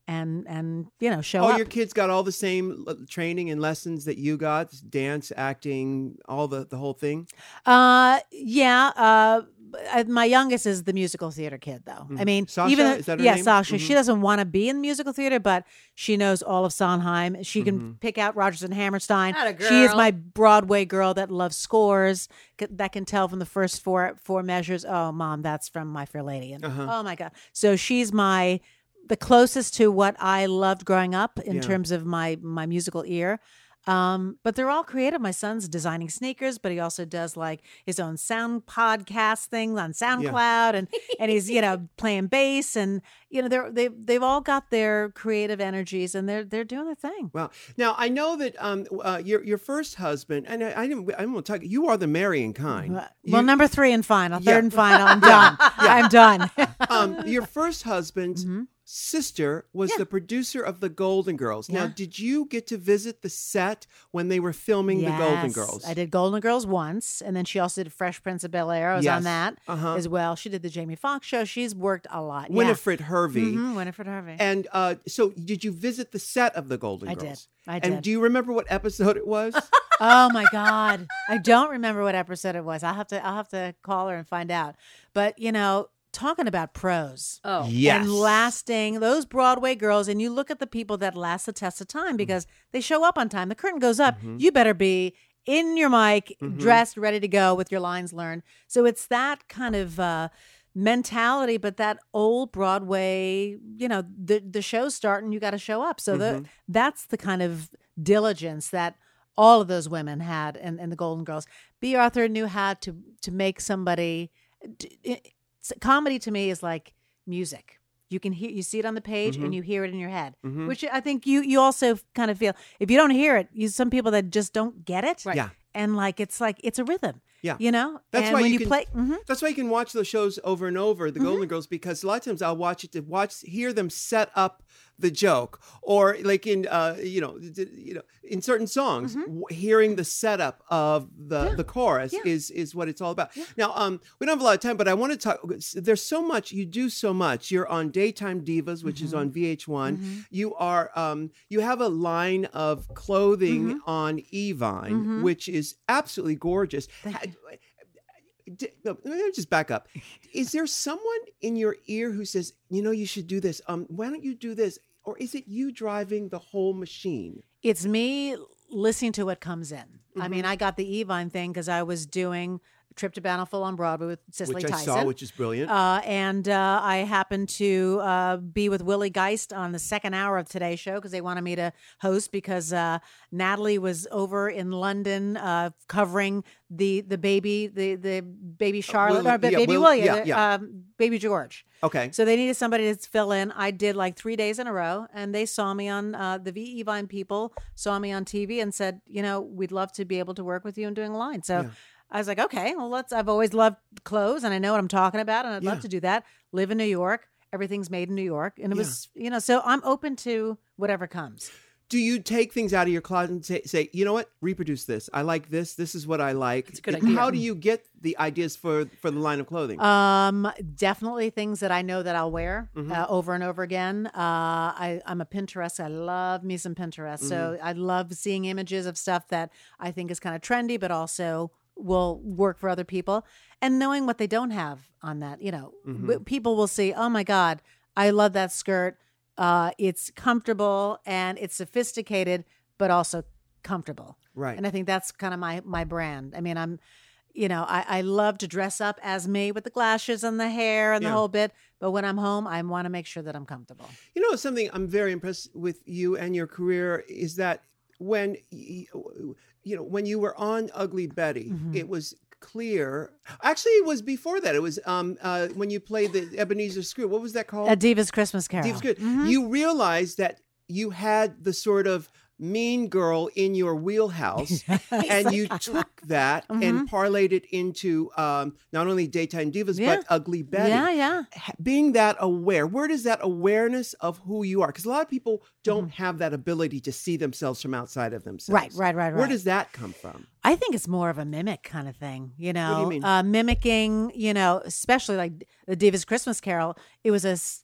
and and you know show
all
up.
your kids got all the same l- training and lessons that you got dance acting all the the whole thing
Uh, yeah. Uh, b- uh, my youngest is the musical theater kid, though. I
Mm.
mean,
Sasha?
even
Is that her
yeah,
name?
Sasha. She
Mhm.
doesn't want to be in musical theater, but she knows all of Sondheim. She can
Mm-hmm.
pick out Rogers and Hammerstein.
Atta
She is
girl.
my Broadway girl that loves scores c- that can tell from the first four four measures. Oh, mom, that's from My Fair Lady, and
Uh-huh.
oh my god. So she's my the closest to what I loved growing up in
Yeah.
terms of my my musical ear. Um, but they're all creative. My son's designing sneakers, but he also does like his own sound podcast thing on SoundCloud, and and he's
[laughs]
you know playing bass, and you know they're they they've all got their creative energies, and they're they're doing their thing.
wow now i know that um uh, your your first husband and i, I didn't i'm gonna talk you are the marrying kind
Well,
You-
number three and final,
[laughs]
third
Yeah.
and final. I'm done. I'm done.
[laughs]
[laughs]
um your first husband's
Mhm.
Sister was
Yeah.
the producer of The Golden Girls. Now,
Yeah.
did you get to visit the set when they were filming The Golden
Yes.
Girls?
I did Golden Girls once, and then she also did Fresh Prince of Bel Air. I was
Yes.
on that
Uh-huh.
as well. She did the Jamie Foxx show. She's worked a lot. Yeah.
Winifred Hervey.
Mhm, Winifred Harvey.
And uh, so, did you visit the set of The Golden
I did.
Girls?
I
And
did.
do you remember what episode it
[laughs]
was?
oh my god, I don't remember what episode it was. I'll have to. I'll have to call her and find out. But you know, talking about pros.
Oh,
And lasting those Broadway girls, and you look at the people that last the test of time because they show up on time. The curtain goes up. You better be in your mic,
Mhm.
dressed, ready to go with your lines learned. So it's that kind of uh, mentality, but that old Broadway, you know, the the show's starting, you got to show up. So the, that's the kind of diligence that all of those women had and, and the Golden Girls. B. Arthur knew how to to make somebody. d- it- s- comedy to me is like music. You can hear, you see it on the page, and you hear it in your head,
Mhm.
which I think you you also kind of feel. If you don't hear it, you some people that just don't get it,
Right.
Yeah.
and like it's like it's a rhythm.
Yeah.
you know.
That's
and
why
when
you
you
can-
play. mhm.
That's why you can watch those shows over and over, The Golden Girls, because a lot of times I'll watch it to watch, hear them set up the joke, or like in, uh, you know, d- d- you know, in certain songs, w- hearing the setup of the the chorus is is what it's all about. Now, um, we don't have a lot of time, but I want to talk. There's so much you do, so much. You're on Daytime Divas, which is on VH1. You are, um, you have a line of clothing on Evine, which is absolutely gorgeous. Ha- D- no, let me just back up. Is there someone in your ear who says, "You know, you should do this. Um, why don't you do this?" Or is it you driving the whole machine?
It's me listening to what comes in. I mean, I got the Evine thing because I was doing Trip to Bountiful on Broadway with Cicely
which I
Tyson.
saw, which is brilliant.
Uh, and uh, I happened to uh, be with Willie Geist on the second hour of today's show because they wanted me to host because uh, Natalie was over in London uh, covering the the baby the the baby Charlotte
Uh, Willie-
or ba-
yeah,
baby
Will-
William
yeah, yeah.
Um, baby George.
okay.
So they needed somebody to fill in. I did like three days in a row, and they saw me on uh, the VE Vine people saw me on TV and said, you know, we'd love to be able to work with you and doing a line. So
Yeah.
I was like, okay, well, let's. I've always loved clothes, and I know what I'm talking about, and I'd
Yeah.
love to do that. Live in New York. Everything's made in New York, and it
Yeah.
was, you know, so I'm open to whatever comes.
Do you take things out of your closet and say, say "You know what? Reproduce this. I like this. This is what I like."
That's a good
And
idea.
How do you get the ideas for for the line of clothing?
Um, definitely things that I know that I'll wear uh, over and over again. Uh, I, I'm a Pinterest. I love me some Pinterest. So I love seeing images of stuff that I think is kind of trendy, but also will work for other people and knowing what they don't have on that. You know, w- people will see, oh my God, I love that skirt. Uh, it's comfortable and it's sophisticated, but also comfortable
right.
and I think that's kind of my my brand. I mean, I'm, you know, I, I love to dress up as me with the glasses and the hair and
Yeah.
the whole bit. But when I'm home, I want to make sure that I'm comfortable.
You know, something I'm very impressed with you and your career
Mm-hmm.
is that when y- you know when you were on Ugly Betty, it was clear. Actually, it was before that. It was um uh, when you played the Ebenezer Screw. What was that called?
A Diva's Christmas Carol.
Deep's Oh. good.
Mhm.
You realized that you had the sort of mean girl in your
[laughs]
wheelhouse, and you took that and
Mm-hmm.
parlayed it into um, not only daytime divas
Yeah.
but ugly Betty.
Yeah, yeah.
Ha- Being that aware, where does that awareness of who you are? Because a lot of people don't have that ability to see themselves from outside of themselves.
Mm-hmm. Right, right, right, right.
Where does that come from?
I think it's more of a mimic kind of thing, you know,
mean?
Uh, mimicking, you know, especially like the Davis Christmas Carol. It was a s-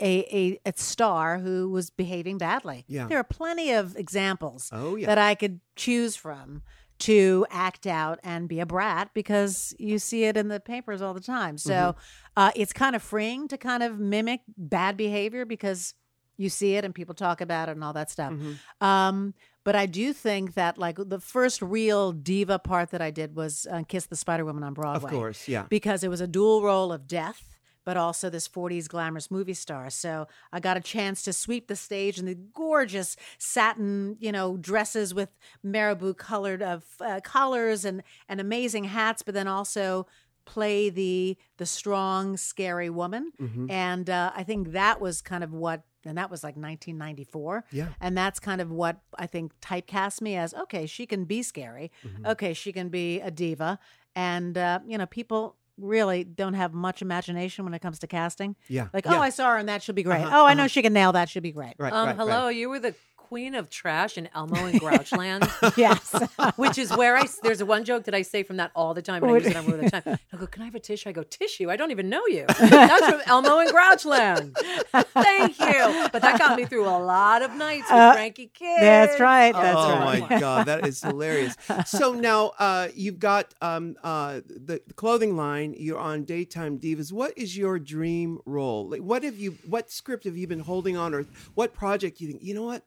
a, a a star who was behaving badly.
Yeah.
there are plenty of examples
Oh yeah.
that I could choose from to act out and be a brat because you see it in the papers all the time. So
Mm-hmm.
uh, it's kind of freeing to kind of mimic bad behavior because you see it and people talk about it and all that stuff.
Mhm.
Um, but I do think that like the first real diva part that I did was uh, Kiss the Spider Woman on Broadway
Of course, yeah.
because it was a dual role of death but also this 40s glamorous movie star so i got a chance to sweep the stage in the gorgeous satin you know dresses with marabou colored of uh, collars and and amazing hats but then also play the the strong scary woman
Mhm.
and uh, i think that was kind of what and that was like 1994
Yeah.
and that's kind of what I think typecast me as. Okay, she can be scary.
mm-hmm. Mm.
Okay, she can be a diva. And, uh, you know, people really don't have much imagination when it comes to casting.
Yeah.
Like,
yeah.
oh, I saw her and that should be great.
Uh-huh,
oh, I know
uh-huh.
she can nail that. She'll be great.
right,
um,
right, right.
hello, you were the queen of trash in
[laughs]
Elmo and Grouchland.
Yes.
Which is where I s- there's one joke that I say from that all the time, and I use it on all the time. I go, "Can I have a tissue?" I go, "Tissue? I don't even know you." That's from Elmo and Grouchland. Thank you, but that got me through a lot of nights with
Uh,
Frankie Kid.
[laughs] That's right. That's
oh
right. [laughs]
my god, that is hilarious. So now uh, you've got um, uh, the, the clothing line. You're on Daytime Divas. What is your dream role? Like, what have you? What script have you been holding on, or what project you think? You know what?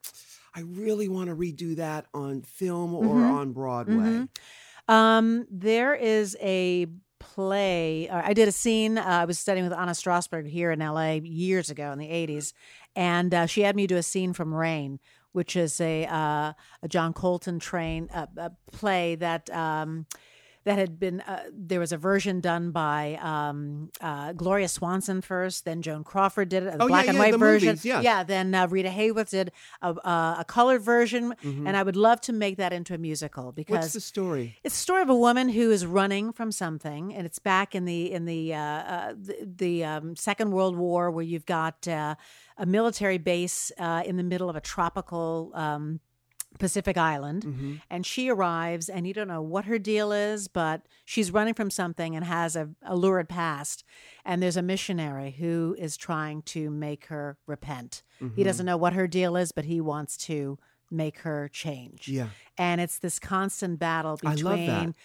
I really want to redo that on film or
Mhm.
on Broadway.
Mhm. Um, there is a play. uh, I did a scene. Uh, I was studying with Anna Strasberg here in LA years ago in the '80s, and uh, she had me do a scene from Rain, which is a uh, a John Colton train uh, a play that. Um, that had been uh, there was a version done by um, uh, Gloria Swanson first, then Joan Crawford did it, a
Oh, yeah,
black and
yeah,
white
the
version.
movies, yes.
Yeah, then uh, Rita Hayworth did a, uh, a, a colored version, and I would love to make that into a musical because
Mm-hmm. What's the story?
it's the story of a woman who is running from something, and it's back in the in the uh, uh, the, the um, Second World War, where you've got uh, a military base uh, in the middle of a tropical um, Pacific island, and she arrives, and you don't know what her deal is, but she's running from something and has a, a lurid past, and there's a missionary who is trying to make her repent. He doesn't know what her deal is, but he wants to make her change
Yeah.
and it's this constant battle
I love that.
between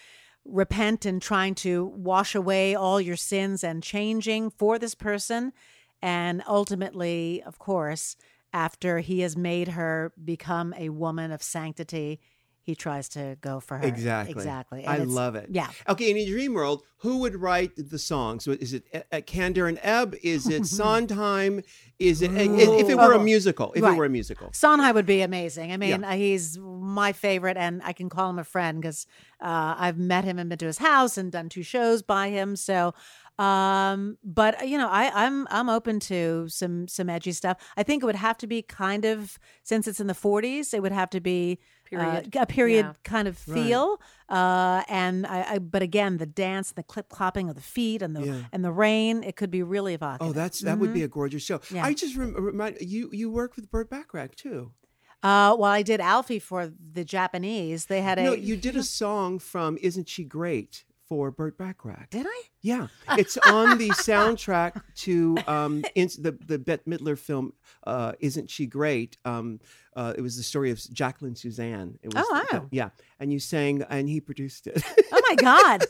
repent and trying to wash away all your sins and changing for this person and ultimately of course after he has made her become a woman of sanctity he tries to go for her
Exactly.
exactly
I
And it's-
love it.
yeah
Okay, in a dream world, who would write the song? So is it uh, Candor and Ebb? Is
[laughs]
it Sondheim? Is it eh, if it were a
Ooh.
musical? If it
Right.
were a musical,
Sondheim would be amazing. I mean, uh he's my favorite, and I can call him a friend because uh, I've met him and been to his house and done two shows by him. So, um, but you know, I, I'm I'm open to some some edgy stuff. I think it would have to be kind of since it's in the 40s, it would have to be uh,
Period.
a period
Yeah.
kind of
Right.
feel. Uh, and I, I, but again, the dance, the clip clopping of the feet, and the
Yeah.
and the rain, it could be really evocative.
Oh, that's that would be a gorgeous show.
Mm-hmm. Yeah.
I just rem- remind you you work with Burt Bacharach too.
Uh, well, I did Alfie for the Japanese. They had a
no, you did a song from "Isn't She Great" for Burt Bacharach.
Did I? [laughs]
Yeah, it's on the soundtrack to um, in, the the Bette Midler film uh, "Isn't She Great." Um, uh, it was the story of Jacqueline Suzanne. It was
Oh,
the-
wow.
yeah, and you sang, and he produced it. [laughs]
Oh my god.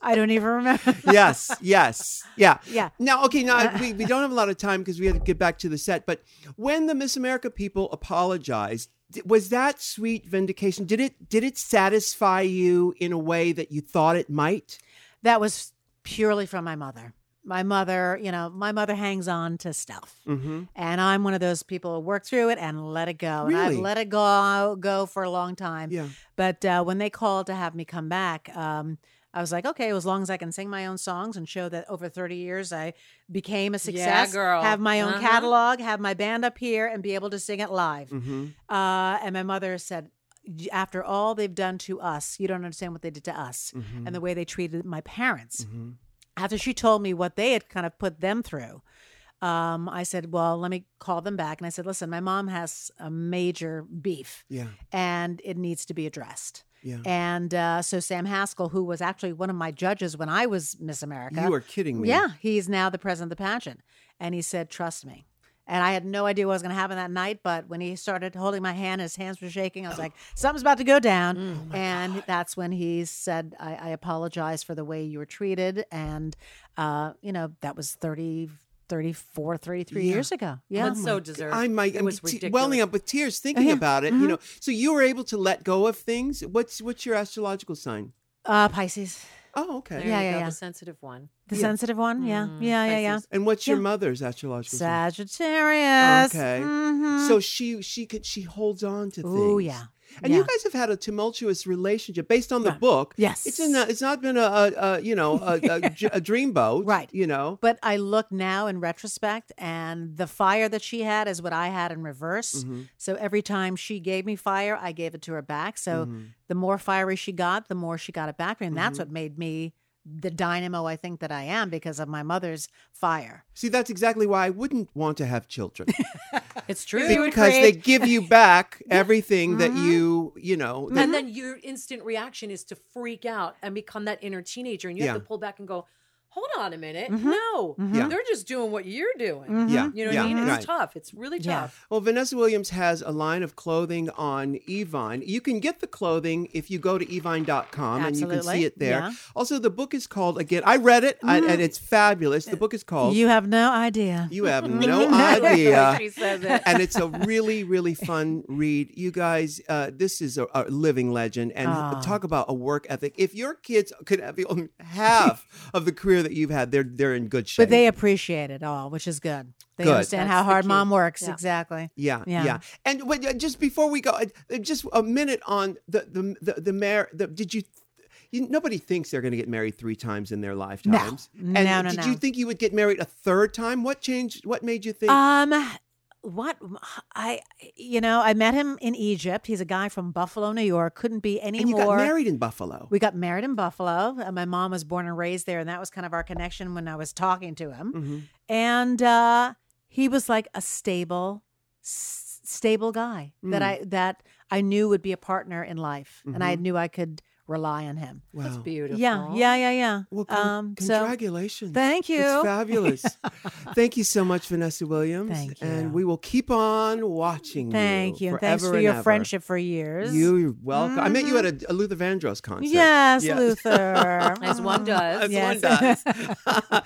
I don't even remember.
yes, yes, yeah.
Yeah.
Now, okay, now we, we don't have a lot of time because we have to get back to the set. But when the Miss America people apologized, d- was that sweet vindication? Did it did it satisfy you in a way that you thought it might?
That was purely from my mother. My mother, you know, my mother hangs on to stuff.
Mm-hmm.
And I'm one of those people who work through it and let it go. And I've
Really?
let it go go for a long time.
Yeah.
But uh, when they called to have me come back, um, I was like, okay, well, as long as I can sing my own songs and show that over 30 years I became a success,
girl.
have my own
Uh-huh.
catalog, have my band up here, and be able to sing it live.
Mm-hmm.
Uh, and my mother said, "Y- after all they've done to us, you don't understand what they did to us
Mm-hmm.
and the way they treated my parents.
mm-hmm.
After she told me what they had kind of put them through, um, I said, well, let me call them back. And I said, listen, my mom has a major beef
Yeah.
and it needs to be addressed.
Yeah.
And uh, so Sam Haskell, who was actually one of my judges when I was Miss America,
You are kidding me.
yeah, he is now the president of the pageant. And he said, Trust me. And I had no idea what was going to happen that night. But when he started holding my hand, his hands were shaking. I was like,
Oh.
Something's about to go down. and that's when he said, I, I apologize for the way you were treated. And, uh, you know, that was 30, 34, 33
Yeah.
years ago. Yeah.
But Oh, so deserved.
I might.
It
I'm
was
te-
ridiculous.
welling up with tears thinking
yeah.
about it. You know, so you were able to let go of things. What's what's your astrological sign?
uh, Pisces,
Oh, okay.
There
Yeah,
you
yeah,
go,
yeah.
The sensitive one.
the
Yeah.
sensitive one. Yeah.
Mm,
Yeah. Yeah. Yeah.
Pisces.
And what's your
Yeah.
mother's astrological sign?
Sagittarius.
Okay.
Mhm.
So she she could she holds on to things.
Ooh, yeah.
And you
Yeah.
guys have had a tumultuous relationship based on the book.
Yes.
It's not, it's not been a, a, a you know
[laughs]
a, a, j- a dreamboat,
Right.
You know,
But I look now in retrospect, and the fire that she had is what I had in reverse.
Mhm.
So every time she gave me fire, I gave it to her back. So
Mhm.
the more fiery she got, the more she got it back. And
Mm-hmm.
that's what made me the dynamo I think that I am because of my mother's fire.
see, that's exactly why I wouldn't want to have
[laughs]
children
It's true.
because they give you back everything that
Mhm.
you you know. That,
Mm-hmm.
and then your instant reaction is to freak out and become that inner teenager, and you
Yeah.
have to pull back and go, "Hold on a minute,
Mhm.
no,
Yeah.
they're just doing what you're doing."
Yeah,
You know what
yeah,
I mean? It's
right.
tough. It's really
Mm-hmm. Yeah.
tough.
Well, Vanessa Williams has a line of clothing on Evine. You can get the clothing if you go to evine.com and you can see
Absolutely,
it there.
yeah. Mm-hmm.
Also, the book is called, again, I read it I- and it's fabulous. The book is called
You have no idea.
You
[laughs]
Have No
[laughs]
That's the way
Idea.
she says it.
and it's
[laughs]
a really, really fun read. You guys, uh, this is a, a living legend. And
Ah.
talk about a work ethic. If your kids could have the- half of the career that you've had, they're, they're in good shape.
But they appreciate it all, which is good. They
Good.
understand
That's
how
the
hard
key.
mom works.
Yeah.
Exactly.
Yeah, yeah.
Yeah.
And wait, uh, just before we go, uh, uh, just a minute on the the the, the mayor. The, did you? You, nobody thinks they're going to get married three times in their lifetimes.
No,
and
no,
did
no.
you think you would get married a third time? What changed? What made you think?
Um, what I you know I met him in Egypt. He's a guy from Buffalo, New York. Couldn't be any
and you
more.
got married in Buffalo.
We got married in Buffalo. Uh, My mom was born and raised there, and that was kind of our connection when I was talking to him.
Mhm.
And uh, he was like a stable, s- stable guy that
Mm.
I that I knew would be a partner in life, and I
Mhm.
knew I could rely on him.
That's
Wow.
beautiful.
Yeah, yeah, yeah, yeah. Um,
Well, con-
so
congratulations.
thank you.
It's
[laughs]
fabulous. Thank you so much, Vanessa Williams.
Thank you.
And we will keep on watching
thank you,
you.
and thanks
forever
for
and
your
ever.
friendross for years.
You're welcome. I met you at
Mhm.
a, a Luther Vandross concert.
Yes,
Yes.
Luther.
[laughs] As one
Mm.
does.
[laughs] As
Yes.
one does.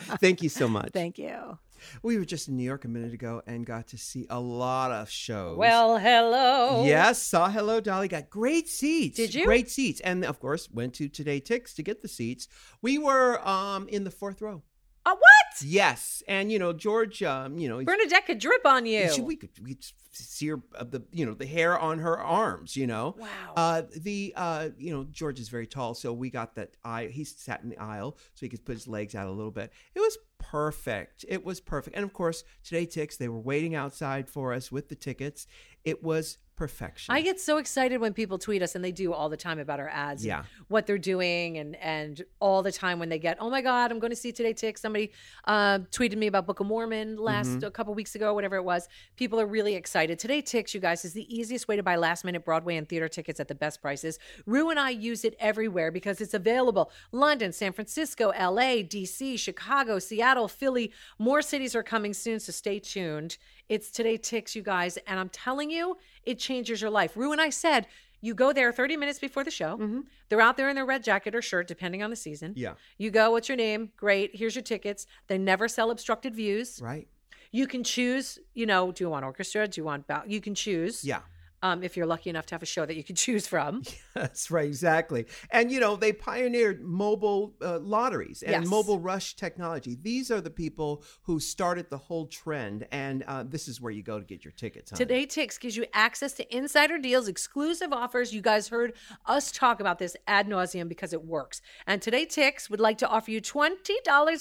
[laughs] Thank you so much.
Thank you.
We were just in New York a minute ago and got to see a lot of shows.
Well, hello.
yes, saw Hello Dolly, got great seats.
Did you?
Great seats. And of course, went to Today Ticks to get the seats. We were um in the fourth row.
Uh, what?
Yes. And you know, George, um, you know, he's-
Bernadette could drip on you.
she- we could we see her uh, the you know the hair on her arms, you know.
wow.
Uh, the uh, you know George is very tall, so we got that eye. He sat in the aisle, so he could put his legs out a little bit. It was perfect. It was perfect. And of course, today ticks. They were waiting outside for us with the tickets. It was perfection.
I get so excited when people tweet us, and they do all the time about our ads, and
Yeah.
what they're doing, and and all the time when they get, oh my god, I'm going to see today tick. Somebody uh, tweeted me about Book of Mormon last a couple weeks ago, whatever it was. People are really excited. Today ticks, you guys, is the easiest way to buy last minute Broadway and theater tickets at the best prices. Rue and I use it everywhere because it's available: London, San Francisco, L.A., D.C., Chicago, Seattle, Philly. More cities are coming soon, so stay tuned. It's today ticks, you guys, and I'm telling you, it changes your life. Rue and I said, you go there 30 minutes before the show. They're out there in their red jacket or shirt, depending on the season.
yeah,
You go, what's your name? Great. Here's your tickets. They never sell obstructed views.
right.
You can choose, you know, do you want orchestra? Do you want bow? You can choose.
Yeah,
um, if you're lucky enough to have a show that you could [laughs] choose from.
That's right, exactly. And you know, they pioneered mobile uh, lotteries and
Yes.
mobile rush technology. These are the people who started the whole trend, and uh, this is where you go to get your tickets. honey.
Today Tix gives you access to insider deals, exclusive offers. You guys heard us talk about this ad nauseum because it works. And Today Tix would like to offer you $20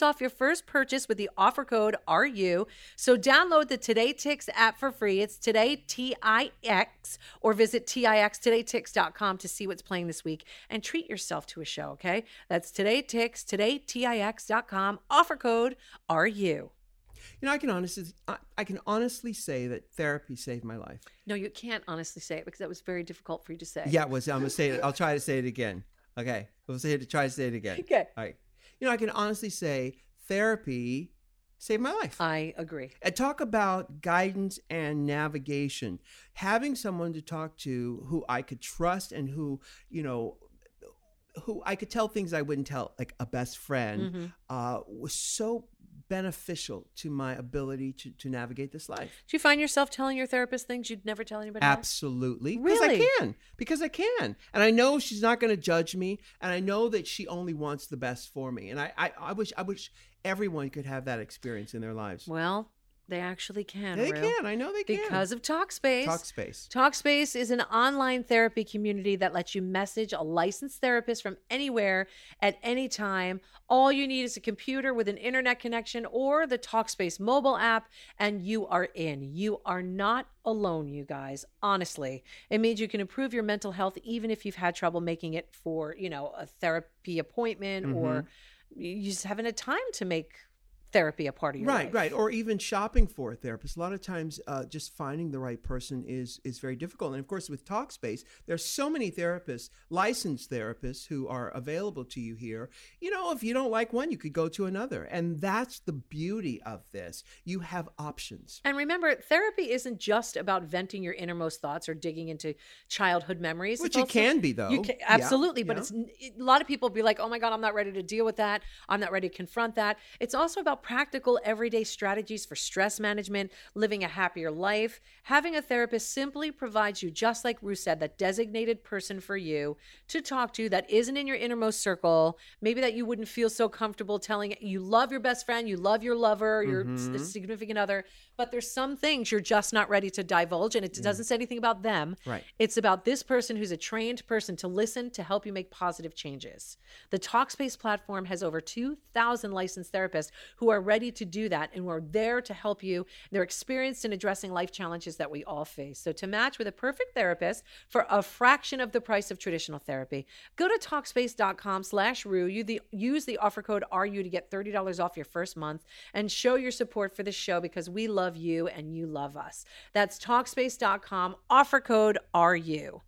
off your first purchase with the offer code RU. So download the Today Tix app for free. It's Today T-I-X or visit TIXtodaytix.com to see what's playing this week and treat yourself to a show, okay? That's Today Tix, Today TIX.com, offer code RU.
you know, I can honestly, I, I can honestly say that therapy saved my life.
No, you can't honestly say it because that was very difficult for you to say.
Yeah, it was I'm gonna say it. I'll try to say it again. Okay, we'll say it. Try to say it again.
Okay.
All right. You know, I can honestly say therapy saved my life.
I agree.
And Uh, talk about guidance and navigation. Having someone to talk to who I could trust and who, you know, who I could tell things I wouldn't tell, like a best friend,
Mm-hmm.
uh, was so beneficial to my ability to, to navigate this life.
Do you find yourself telling your therapist things you'd never tell anybody else?
Absolutely. Because
Really?
I can. Because I can. And I know she's not going to judge me. And I know that she only wants the best for me. And I, I, I wish I wish everyone could have that experience in their lives.
Well, they actually can.
they
Rue,
can. I know they can.
Because of TalkSpace.
Talk space.
TalkSpace is an online therapy community that lets you message a licensed therapist from anywhere at any time. All you need is a computer with an internet connection or the TalkSpace mobile app, and you are in. You are not alone, you guys. Honestly, it means you can improve your mental health even if you've had trouble making it for, you know, a therapy appointment or you just haven't had time to make therapy a part of your
Mm-hmm. right
life.
right or even shopping for a therapist a lot of times uh, just finding the right person is is very difficult and of course with talkspace there's so many therapists licensed therapists who are available to you here you know if you don't like one you could go to another and that's the beauty of this you have options
And remember, therapy isn't just about venting your innermost thoughts or digging into childhood memories.
which
It's
it
also-
can be though
You can,
Yeah,
absolutely, but
yeah.
it's n- it- a lot of people be like, "Oh my God, I'm not ready to deal with that. I'm not ready to confront that." It's also about practical, everyday strategies for stress management, living a happier life. Having a therapist simply provides you, just like Ruth said, that designated person for you to talk to that isn't in your innermost circle. Maybe that you wouldn't feel so comfortable telling. You love your best friend, you love your lover, your s- significant other, but there's some things you're just not ready to divulge, and it doesn't say anything about them.
Right.
It's about this person who's a trained person to listen to help you make positive changes. The Talkspace platform has over 2,000 licensed therapists who are ready to do that and who are there to help you. They're experienced in addressing life challenges that we all face. So, to match with a perfect therapist for a fraction of the price of traditional therapy, go to Talkspace.com slash RU. You the, use the offer code RU to get $30 off your first month and show your support for the show because we love you and you love us. That's Talkspace.com, offer code RU.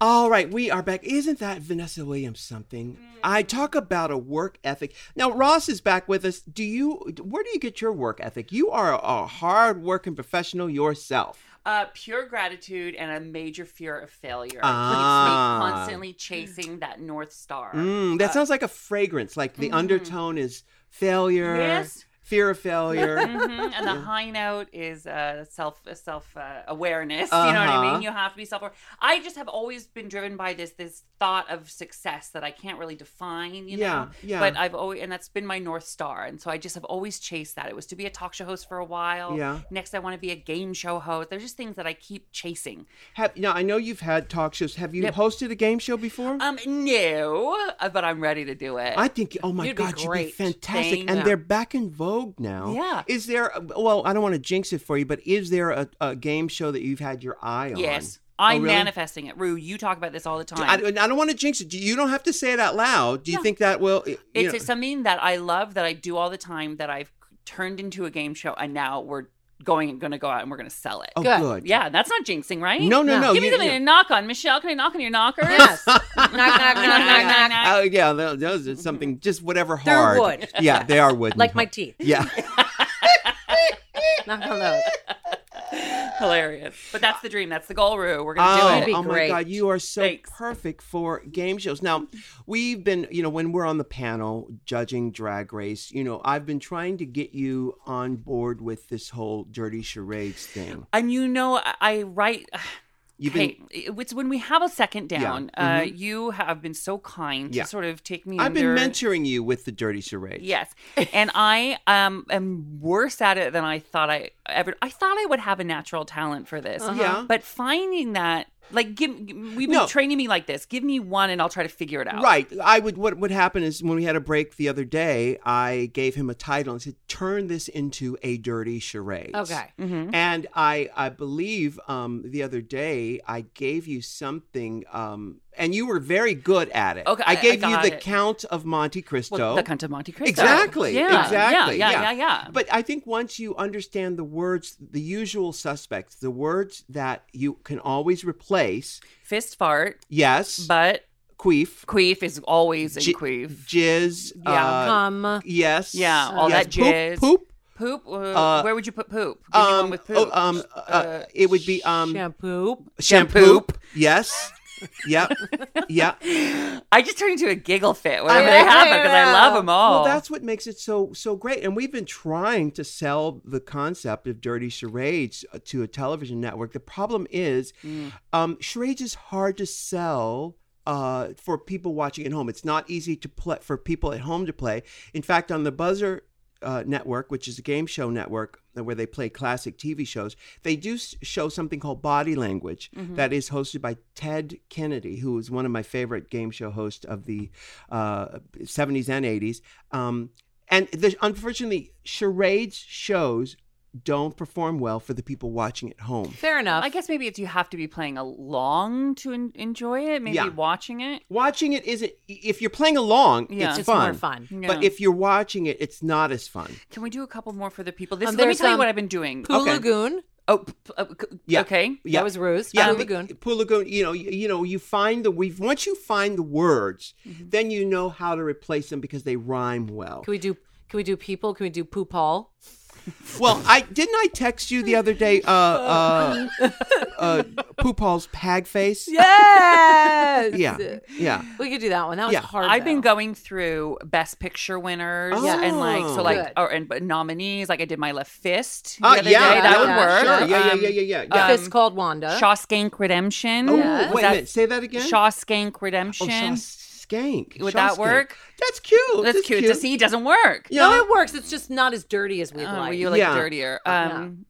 All right, we are back. Isn't that Vanessa Williams
Mm.
something? I talk about a work ethic. Now Ross is back with us. Do you? Where do you get your work ethic? You are a- a hard working professional yourself.
Uh, pure gratitude and a major fear of failure
Ah.
keeps me constantly chasing that north star.
Mm, that
Uh, mm-hmm.
sounds like a fragrance. Like the undertone is failure,
Yes.
fear of
[laughs]
failure.
Mhm. And the high note is uh, self self uh, awareness. You know what I
Uh-huh.
mean? You have to be self aware. I just have always been driven by this this thought of success that I can't really define. You
Yeah,
know?
yeah.
But I've always and that's been my north star, and so I just have always chased that. It was to be a talk show host for a while.
Yeah.
Next, I want to be a game show host. There's just things that I keep chasing.
Have, now I know you've had talk shows. Have you
Yep.
hosted a game show before?
Um, no, uh, but I'm ready to do it.
I think, oh my
You'd be
God, you'd be
great.
fantastic.
Thank
and
you.
they're back in vogue now.
Yeah.
Is there, well, I don't want to jinx it for you, but is there a, a game show that you've had your eye on?
Yes. I'm
Oh, really?
manifesting it. Rue, you talk about this all the time.
I, I don't want to jinx it. Do- You don't have to say it out loud. Do you
No.
think that will? you
it's
know-
it's something that I love that I do all the time that I've turned into a game show and now we're going going to go out and we're going to sell it.
oh, good.
Yeah, that's not jinxing, right?
No, no, no.
Give me
you- [laughs]
something
you-
to knock on. Michelle, can I knock on your knocker?
Yes. knock, knock,
[laughs]
knock, knock,
[laughs]
knock.
Oh yeah, tho- those are something just whatever
They're
hard.
wood.
Yeah, they are
[laughs]
wood.
Like my teeth.
[laughs] Yeah.
Knock on those.
Hilarious. But that's the dream. That's the goal, Rue. We're going to
Oh,
do
be
it.
oh my
great.
God, you are so
Thanks.
perfect for game shows. Now, we've been, you know, when we're on the panel judging Drag Race, you know, I've been trying to get you on board with this whole dirty charades thing.
And you know, I- I write. [sighs]
You've been- Mm-hmm.
Hey, it's when we have a second down. Uh, you have been so kind
Yeah.
to sort of take me.
I've been
under-
mentoring you with the dirty charades.
Yes, and I um am worse at it than I thought I ever. I thought I would have a natural talent for this.
Yeah.
but finding that, like, give we've been
Uh-huh. No.
training me like this. Give me one, and I'll try to figure it out.
Right. I would. What would happen is when we had a break the other day, I gave him a title and said, "Turn this into a dirty charade."
Okay.
Mhm.
And I, I believe um, the other day I gave you something, um, and you were very good at it.
Okay,
I
I- I
gave you
got
the
it.
Count of Monte Cristo.
Well, the Count of Monte Cristo.
Exactly.
Yeah.
Exactly.
Yeah. Yeah.
Yeah.
Yeah. yeah.
But I think once you understand the words, the usual suspects, the words that you can always replace,
fist fart,
yes,
but
queef,
queef is always in
J-
queef.
jizz,
Yeah.
uh,
Come.
yes,
Yeah, all
yes,
that
poop,
jizz.
poop.
Poop. Uh,
Uh,
where would you put poop? Give me one
Um,
with poop.
oh, um, uh,
Uh,
it would be um,
shampoo.
shampoo.
Shampoop.
Yes.
[laughs]
yep. Yep.
I just turned into a giggle fit whenever
I
they
know,
happen
I
because I love
know.
them all.
Well, that's what makes it so so great. And we've been trying to sell the concept of dirty charades uh, to a television network. The problem is, um, charades is hard to sell. Uh, for people watching at home, it's not easy to play for people at home to play. In fact, on the Buzzer uh, network, which is a game show network uh, where they play classic TV shows, they do s- show something called Body Language that is hosted by Ted Kennedy, who is one of my favorite game show hosts of the uh, 70s and 80s. Um, and the, unfortunately, charades shows don't perform well for the people watching at home.
Fair enough.
I guess maybe it's you have to be playing along to en- enjoy it. Maybe
Yeah.
watching it.
Watching it isn't, if you're playing along,
Yeah.
it's,
it's
fun.
more fun.
But
Yeah.
if you're watching it, it's not as fun.
can we do a couple more for the people? This
Um,
let me
there's,
tell you
um,
what I've been doing.
Poo
Okay.
Lagoon.
Oh, p- uh, c-
Yeah.
okay.
Yeah.
That was Ruse.
Yeah,
Poo Lagoon.
the- Pool Lagoon. You know, you, you know, you find the we've once you find the words, then you know how to replace them because they rhyme well.
Can we do? Can we do people? Can we do Poo Paul?
well, I didn't I text you the other day, uh, uh, uh, Poopal's pag face.
Yes.
[laughs] yeah, yeah.
[laughs] We could do that one. That was
Yeah.
hard.
I've been
though.
going through best picture winners
Yeah.
and like so like
Good.
or and but nominees like I did my left fist the
Uh,
other
yeah,
day that
yeah,
would work
Sure. Yeah, yeah,
Um,
yeah, yeah, yeah.
uh,
yeah.
Fist
um,
called Wanda.
Shawskank Redemption
oh,
yeah.
wait a
That-
minute. Say that again.
Shawskank
oh,
Redemption
Shaw Skank.
Would that
Shawskank.
work?
That's cute.
that's cute. to see it doesn't work
Yeah.
No, it works. It's just not as dirty as we'd
Oh,
like.
you like
Yeah.
dirtier.
yeah.
Um,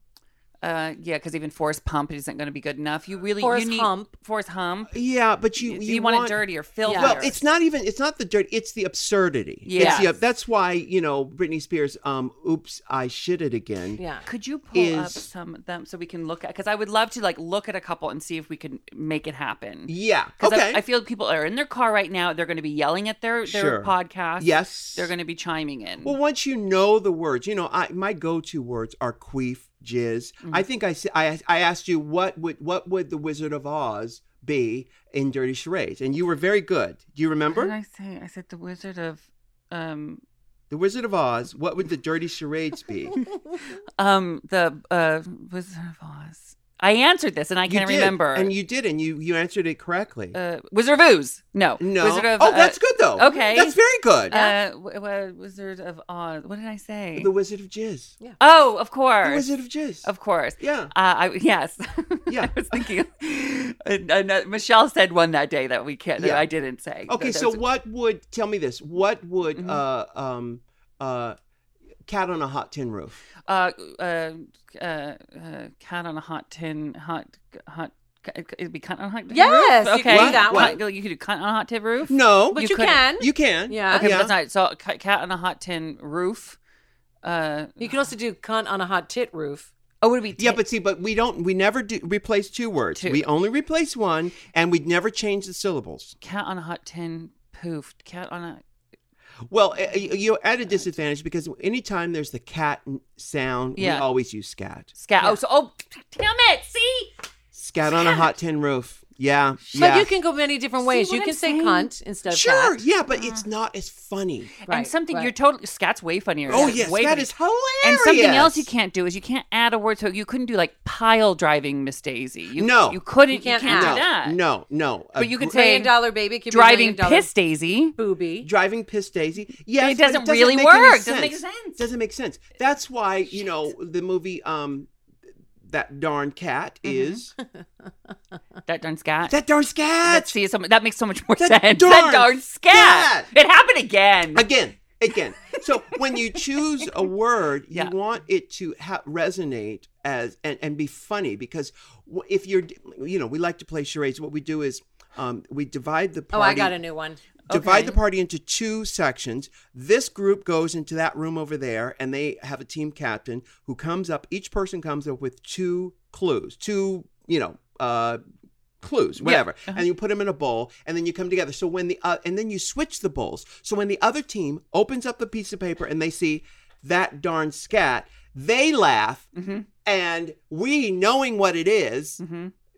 uh, yeah, because even Forrest Pump isn't going to be good enough. You really
Forrest
you need
Hump.
Forrest Hump.
Yeah, but you
You, you want, it dirtier, filthier.
Well, it's not even it's not the dirt, it's the absurdity. It's the,
Yes.
that's why, you know, Britney Spears um oops, I shit it again.
Yeah.
Could you pull up
is-
some of them so we can look at? Because I would love to like look at a couple and see if we can make it happen.
Yeah.
I-
Okay.
I, feel people are in their car right now. They're going to be yelling at their their
Sure.
podcast.
yes.
they're going to be chiming in.
Well, once you know the words, you know, I my go-to words are queef, jizz.
Mm.
I think I, s- I I asked you what would what would the Wizard of Oz be in Dirty Charades, and you were very good. Do you
What did
remember
I say? I said the Wizard of um
the Wizard of Oz? What would the Dirty Charades
[laughs]
be?
um the uh Wizard of Oz. I answered this and I
You
can't
did,
remember.
and you did, and you you answered it correctly.
uh, Wizard of Ooze. No,
no,
Wizard of
oh,
uh,
that's good though.
okay.
that's very good.
Uh, w- w- Wizard of Oz. What did I say?
the Wizard of Jizz.
oh, of
The
course,
Wizard of Jizz.
of course.
yeah.
Uh, I yes, [laughs]
Yeah.
I was thinking. and- and, uh, Michelle said one that day that we can't. that
Yeah.
I didn't say.
Okay,
That-
so
that's-
what would tell me this? What would
Mhm.
uh um uh cat on a hot tin roof?
uh, uh, uh, uh, cat on a hot tin, hot, hot. It'd be cut on a hot. tin
Yes,
roof?
you
okay.
can
do that
Cut- You could do cut on a hot tin roof.
No,
But
You
you,
couldn't.
can.
you can.
Yeah.
Okay,
yeah.
but that's not so. ca- Cat on a hot tin roof. Uh,
You can also do cunt on a hot tit roof.
oh, would it be?
Yeah,
tin-
but see, but we don't. We never do replace two words.
Two.
We only replace one, and we never change the syllables.
cat on a hot tin poofed. Cat on a.
Well, uh, you- you're at a disadvantage because anytime there's the cat n- sound, we
Yeah.
always use scat.
Scat. Oh, so, oh, damn it! See,
Scat on a hot tin roof. Yeah,
But
yeah.
you can go many different
See
ways.
what
You can
I'm
say
saying?
cunt instead of
sure,
cat.
yeah, but
Ah.
it's not as funny.
Right,
and something
right.
you're totally scat's way funnier.
Oh yes,
way
that
funnier.
is hilarious.
And something else you can't do is you can't add a word. So you couldn't do like pile driving Miss Daisy. You,
No.
you couldn't. You
can't
can't,
No,
add.
do that.
no, no.
But you
can
could
Million
say
dollar baby. Could be
driving
million dollar
piss Daisy.
Booby.
driving piss Daisy. Yes,
it
but
doesn't really
make any
work. Doesn't make sense.
Doesn't make sense. That's why you
Mm-hmm. [laughs]
know the movie um that darn cat is
That darn scat.
That darn
That-
scat.
see, so, mu- that makes so much more
That
sense.
darn
that darn
scat.
scat. It happened again.
Again, again. So when you choose
[laughs]
a word, you
Yeah.
want it to ha- resonate as and, and be funny because w- if you're, you know, we like to play charades. What we do is um, we divide the
Oh,
party.
I got a new one.
divide
Okay.
the party into two sections. This group goes into that room over there, and they have a team captain who comes up. Each person comes up with two clues, two you know uh, clues, whatever, and you put them in a bowl, and then you come together. So when the uh, and then you switch the bowls. So when the other team opens up the piece of paper and they see that darn scat, they laugh, and we knowing what it is,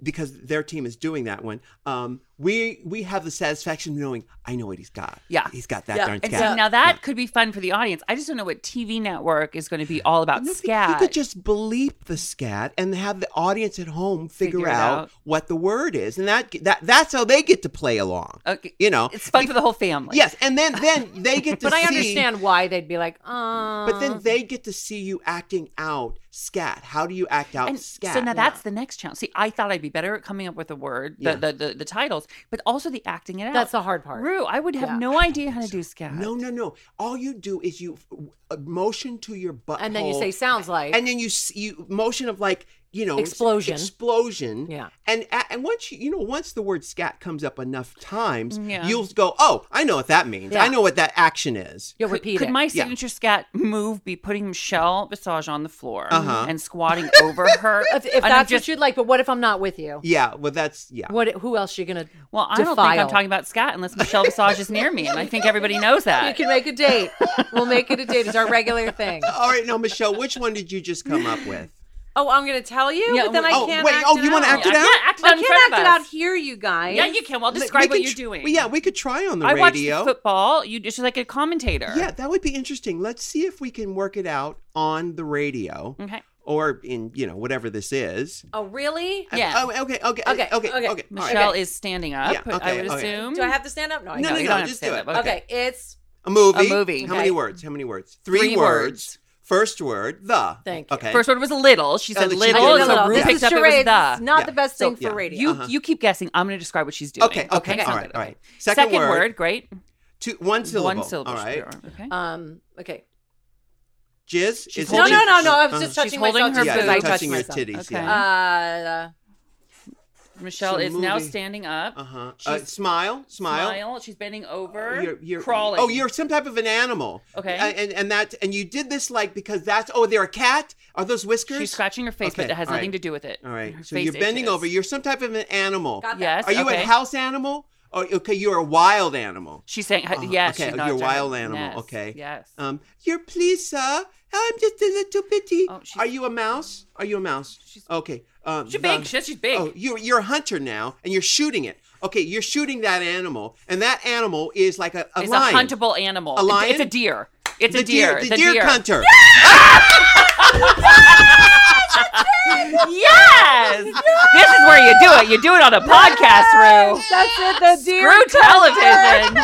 Because their team is doing that one, um, we we have the satisfaction of knowing I know what he's got.
Yeah.
he's got that
Yeah,
darn
And
scat.
see, now that could be fun for the audience. I just don't know what TV network is going to be all about
No, but You
scat.
could just bleep the scat and have the audience at home figure,
Figure it
out,
out.
what the word is, and that that that's how they get to play along.
Okay.
You know,
It's fun for the whole family.
yes, and then then they get to.
But I
see-
understand why they'd be like, oh.
But then they get to see you acting out scat. How do you act out
And
Oh, scat?
so now that's the next challenge. See, I thought I'd be better at coming up with the word, the,
Yeah.
the, the, the titles, but also the acting it out.
That's the hard part.
Rue, I would have
Yeah.
no idea how to do scat.
no, no, no. All you do is you uh, motion to your butt,
And then you say, sounds like.
and then you s- you motion of like you know
Explosion.
explosion
Yeah.
and a- and once you you know once the word scat comes up enough times
Yeah.
you'll go oh i know what that means i
Yeah.
know what that action is
You'll
Could-
repeat
could
it.
my signature scat move be putting Michelle Visage on the floor
Uh-huh.
and squatting over her?
if if
And I'm
that's
just-
what you'd like, but what if I'm not with you?
yeah well that's yeah
What? Who else you gonna?
well, I don't think
defile?
I'm talking about scat unless Michelle Visage is near me, and I think everybody knows
You
that.
can make a
[laughs]
date. We'll make it a date. It's our regular thing.
all right now michelle which one did you just come up with
Oh, I'm gonna tell you,
Yeah,
but then I
oh,
can't.
wait,
act
oh,
it
you wanna
out.
act it
Yeah,
out?
act it
I
out in front
can't
of
act it
us.
out here, you guys.
Yeah, you can. Well,
Let-
describe
we
what
can
you're
tr-
doing.
yeah we could try on the
I watched
radio
football. You just like a commentator.
yeah that would be interesting let's see if we can work it out on the radio
Okay.
or in you know whatever this is
Oh, really?
Yeah.
oh okay okay okay
Okay,
okay okay,
okay.
All right.
Michelle is standing up.
Yeah, okay,
I would
okay.
assume.
Do I have to stand up? No, I
No,
don't.
no,
you
no,
don't have to
just
stand
do
up.
it.
Okay. it's
A movie.
A movie.
How
Okay.
many words? How many words? Three,
Three
words.
words.
First word, the.
Thank you.
Okay.
First word was little. She
Oh,
said
that she
little.
did
so
little.
Rue
This
picked
is
up it
charades.
was
It's
the.
not
Yeah.
the best
So,
thing
yeah.
for radio.
You
Uh-huh.
you keep guessing. I'm going to describe what she's doing.
Okay, okay, all right, all right. Second
Second,
word.
word, great.
Two, one syllable.
One syllable.
All
should
right.
be all Okay.
Um. Okay.
Jizz
She's
is
No,
holding-
no, no, no. I was
Uh-huh.
just
She's
touching
holding
myself.
her
just
yeah,
because
boob.
you're
I touched
touching your
myself.
titties.
Okay.
Yeah.
Uh,
Michelle
So
is now
moving.
standing up.
Uh-huh. Uh,
She's-
smile, smile. Uh,
She's bending over.
You're, you're
crawling.
Oh, you're some type of an animal.
Okay.
A- And and that and you did this like because that's oh they're a cat. Are those whiskers?
She's scratching her face,
Okay,
but it has
all
nothing
right.
to do with it.
All right.
Her
So
face
you're bending
itches.
over. You're some type of an animal.
Got
Yes.
Are you
okay.
a house animal? Or okay, you're a wild animal.
She's saying
Uh-huh.
yes.
Okay,
she's
oh,
not
you're a
giant.
wild animal,
Yes,
okay.
Yes.
Um, you're please, sir. I'm just a little bitty.
Oh, she's-
Are you a mouse? Are you a mouse?
She's-
okay. Um,
she's
the-
big. She's, she's big.
Oh, you're you're a hunter now, and you're shooting it. Okay, you're shooting that animal, and that animal is like a, a
it's
lion.
a huntable animal.
A
It's-
lion?
It's a deer. It's
The
a deer.
the,
the
deer, hunter.
Yes! This is where you do it. You do it on a podcast, Rue.
that's it. The deer.
Screw
[laughs]
television.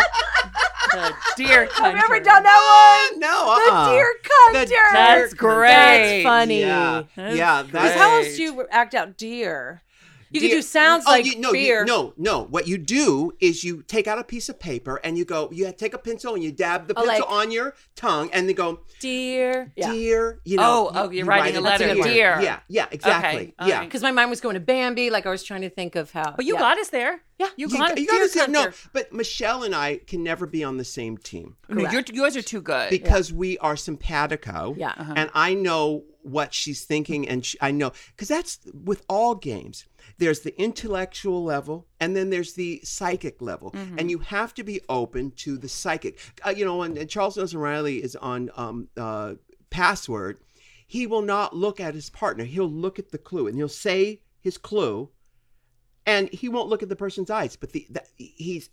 the deer country.
I've never done that one.
no,
The
uh-uh.
deer
The
cunter.
deer
That's
hunter.
great.
That's funny.
Yeah,
That's
yeah.
Because
That's
how else
Great.
do you act out deer? You
Deer-
can do sounds
Oh,
like
you, no, you-
beer.
no, no. What you do is you take out a piece of paper and you go. You take a pencil and you dab the
Oh,
pencil
like-
on your tongue and then go.
deer. Yeah.
deer. You know,
Oh, oh, you're
write
writing
it
a letter,
Deer.
deer.
Yeah, yeah, exactly.
all
yeah.
right.
Because my mind was going to Bambi. Like I was trying to think of how.
But you
yeah.
got us there.
Yeah.
You
You,
got us.
you gotta
deer
see- no,
hunter.
but Michelle and I can never be on the same team
No, you're, yours are too good.
because we are simpatico.
Yeah. Uh-huh.
And I know what she's thinking, and she, I know because that's with all games. There's the intellectual level, and then there's the psychic level,
Mm-hmm.
and you have to be open to the psychic. Uh, you know, and, and Charles Nelson Riley is on um, uh, Password. He will not look at his partner. He'll look at the clue, and he'll say his clue, and he won't look at the person's eyes. But the, the he's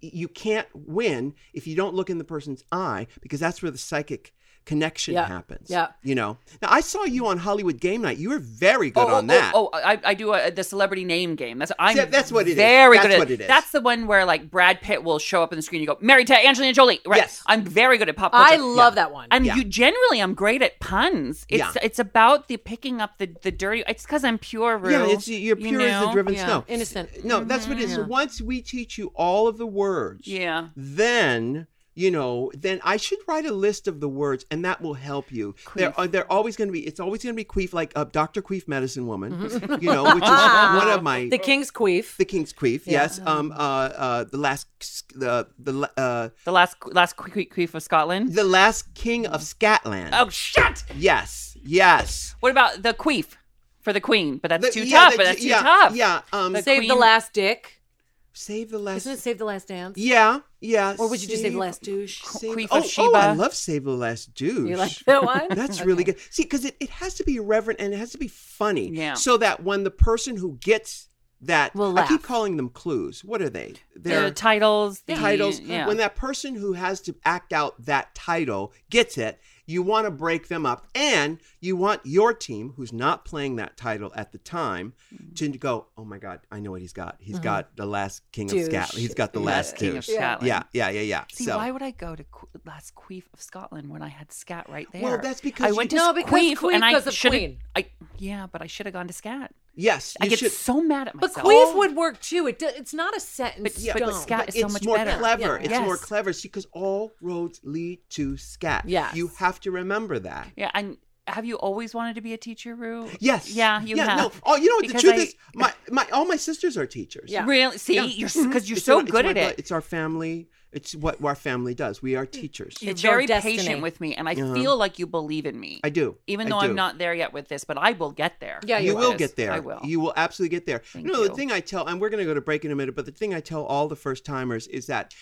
you can't win if you don't look in the person's eye because that's where the psychic connection
Yeah.
happens.
Yeah.
You know. Now I saw you on Hollywood Game Night. You were very good
oh, oh,
on that.
Oh, oh, I, I do uh the celebrity name game. That's I'm
Yeah, that's what it is.
very
That's
good at.
what it is.
That's the one where like Brad Pitt will show up on the screen. You go married to Angelina Jolie. Right.
Yes.
I'm very good at pop culture.
I love that one.
And
Yeah.
you generally, I'm great at puns. It's
Yeah.
it's about the picking up the the dirty. It's because I'm pure. Rue,
Yeah, it's you're
you
pure as the
know? Mm-hmm.
driven
Yeah,
snow.
innocent.
No, that's what it is. So Once we teach you all of the words,
Yeah.
then you know, then I should write a list of the words, and that will help you. They're, uh, they're always going to be. It's always going to be queef, like uh, Doctor Queef, medicine woman.
Mm-hmm.
You know, which is
[laughs]
one of my
The King's Queef.
the King's Queef. Yes.
uh-huh.
Um. Uh. Uh. The last. The the la- uh.
The last last que- que- queef of Scotland.
The last King of Scotland.
oh shit!
Yes. Yes.
What about the queef for the queen? But that's
The-
too
yeah,
tough.
the-
but that's too
yeah,
tough.
Yeah. Um.
The
Save the
Queen.
last dick.
save the last.
Isn't it Save the Last Dance?
Yeah. Yeah.
Or would you just say the last douche?
Save-
Queef of
oh, oh, I
Sheba.
love Save the Last Douche.
You like that one?
[laughs] That's really good. See, because it, it has to be irreverent and it has to be funny.
Yeah.
So that when the person who gets that,
Will
I keep
laugh.
calling them clues. What are they?
The titles. The,
titles.
Yeah.
When that person who has to act out that title gets it, you want to break them up. And you want your team, who's not playing that title at the time,
Mm-hmm.
to go, oh my God, I know what he's got. He's got the last king of
Douche.
Scotland. He's got the last
King of
douche.
Scotland.
Yeah, yeah, yeah, yeah.
See,
so.
why would I go to Qu- last queef of Scotland when I had scat right there?
Well, that's because
I
you-
went to
No,
queef,
because queef
and I
because of
shoulda-
queen.
I yeah, but I should have gone to scat.
yes,
I
you
get
should.
so mad at
But
myself.
queef would work too. It do, it's not a sentence.
But- yeah, but scat- is so
it's
much
more
better.
clever.
Yeah.
It's
Yes.
more clever. See, because all roads lead to scat.
Yes.
You have to remember that.
yeah, and have you always wanted to be a teacher, Rue?
Yes.
Yeah, you
yeah,
have.
No. Oh, you know what? The
Because
truth
I-
is, my, my all my sisters are teachers.
Yeah.
Really? See,
Yeah. Mm-hmm.
you're because you're
It's
so
in- it's
good
my
at
blood.
it. Mm.
It's our family. It's what our family does. We are teachers.
You're
It's your
very
destiny.
patient with me, and I feel like you believe in me.
Uh-huh. I do.
even
I
though
do.
I'm not there yet with this, but I will get there.
Yeah,
you
you
will
Yes,
get there.
I will.
You will absolutely get there.
Thank
no, the
you.
thing I tell, and we're going to go to break in a minute, but the thing I tell all the first timers is that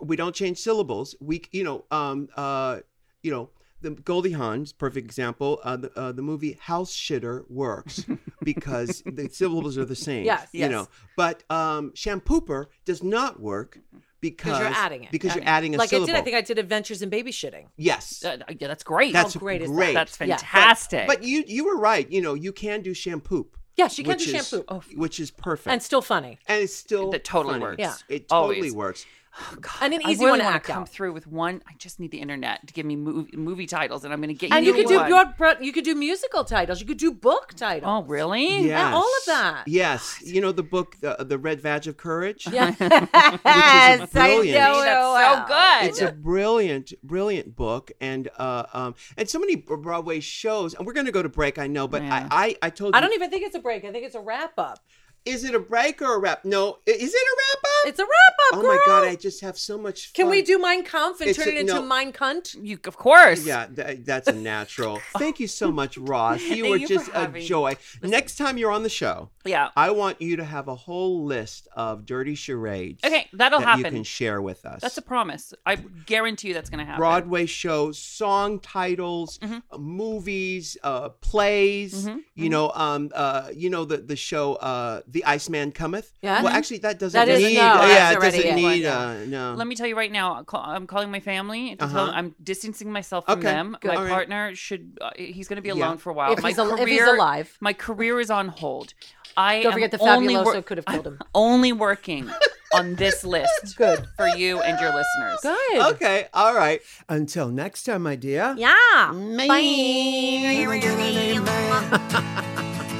we don't change syllables. We, you know, um, uh, you know, the Goldie Hawn's perfect example. Uh, the, uh, the movie House Shitter
[laughs]
works because the syllables are the same.
Yes.
you
Yes.
know, but um, Shampooper does not work because
you're adding it.
because you're
Yeah.
adding a
like
syllable.
I did. I think I did Adventures in Baby Shitting.
yes.
Uh, yeah, that's great.
That's
great is that?
great.
that's
Yeah. But-
fantastic.
But you you were right. You know, you can do shampoo.
Yeah, she can
which
do
is-
shampoo. Oh,
which is perfect,
and still funny.
and it's still
That totally
funny.
works.
Yeah.
it totally
Always.
works.
And an
I
easy
really
one to
wanna
act
come
out.
through with one. I just need the internet to give me movie, movie titles, and I'm going to get you.
And you
the
could do
one.
broad, broad, you could do musical titles. You could do book
Oh,
titles.
really?
Yes.
all of that.
Yes, you know the book, the, uh, the Red Badge of Courage.
[laughs]
[laughs]
Yes,
Which is
I know.
brilliant.
it well.
That's so good.
It's a brilliant, brilliant book, and uh, um, and so many Broadway shows. And we're going to go to break, I know, but
Yeah.
I, I, I told you,
I don't even think it's a break. I think it's a wrap up.
is it a break or a wrap? No, i- is it a wrap up?
It's a wrap
oh
up.
my
girl.
god, I just have so much.
Can
fun.
we do Mein Kampf and
It's
turn
a-
it into
no.
Mein Cunt?
you, of course.
Yeah, th- that's a
[laughs]
natural. Thank you so much, Ross. You
Thank
were
you for
just a
having me.
joy. Next time you're on the show,
Yeah.
I want you to have a whole list of dirty charades.
Okay, that'll
that you
happen.
can share with us.
that's a promise. I guarantee you that's going to happen.
Broadway shows, song titles,
Mm-hmm.
uh, movies, uh, plays. You know, um, uh, you know the the show, uh, The Iceman Cometh.
Yeah.
Mm-hmm.
Well, actually, that doesn't
That is-
need.
no,
yeah,
that's
it
already
doesn't
it.
need. Uh, no.
Let me tell you right now. I'll call- I'm calling my family. To tell
Uh-huh.
them I'm distancing myself from
Okay,
them.
good.
My
All right.
partner should. Uh, he's going to be
Yeah.
alone for a while.
If
my
he's al-
career,
if he's alive.
my career is on hold. I
Don't
am
forget the
only
Fabuloso
wor-
could have killed him.
I'm [laughs] only working on this
[laughs]
list. Good for you and your listeners.
Good.
okay. All right. Until next time, my dear.
Yeah.
Can I get an amen?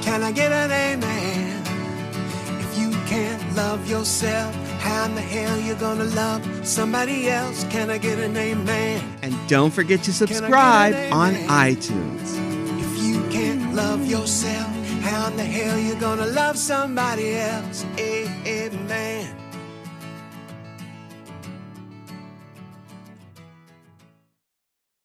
Can I get an amen? If you can't love yourself, how in the hell you gonna love somebody else? Can I get an amen?
And don't forget to
an
subscribe on
amen?
iTunes.
If you can't love yourself, how in the hell you gonna love somebody else? Amen.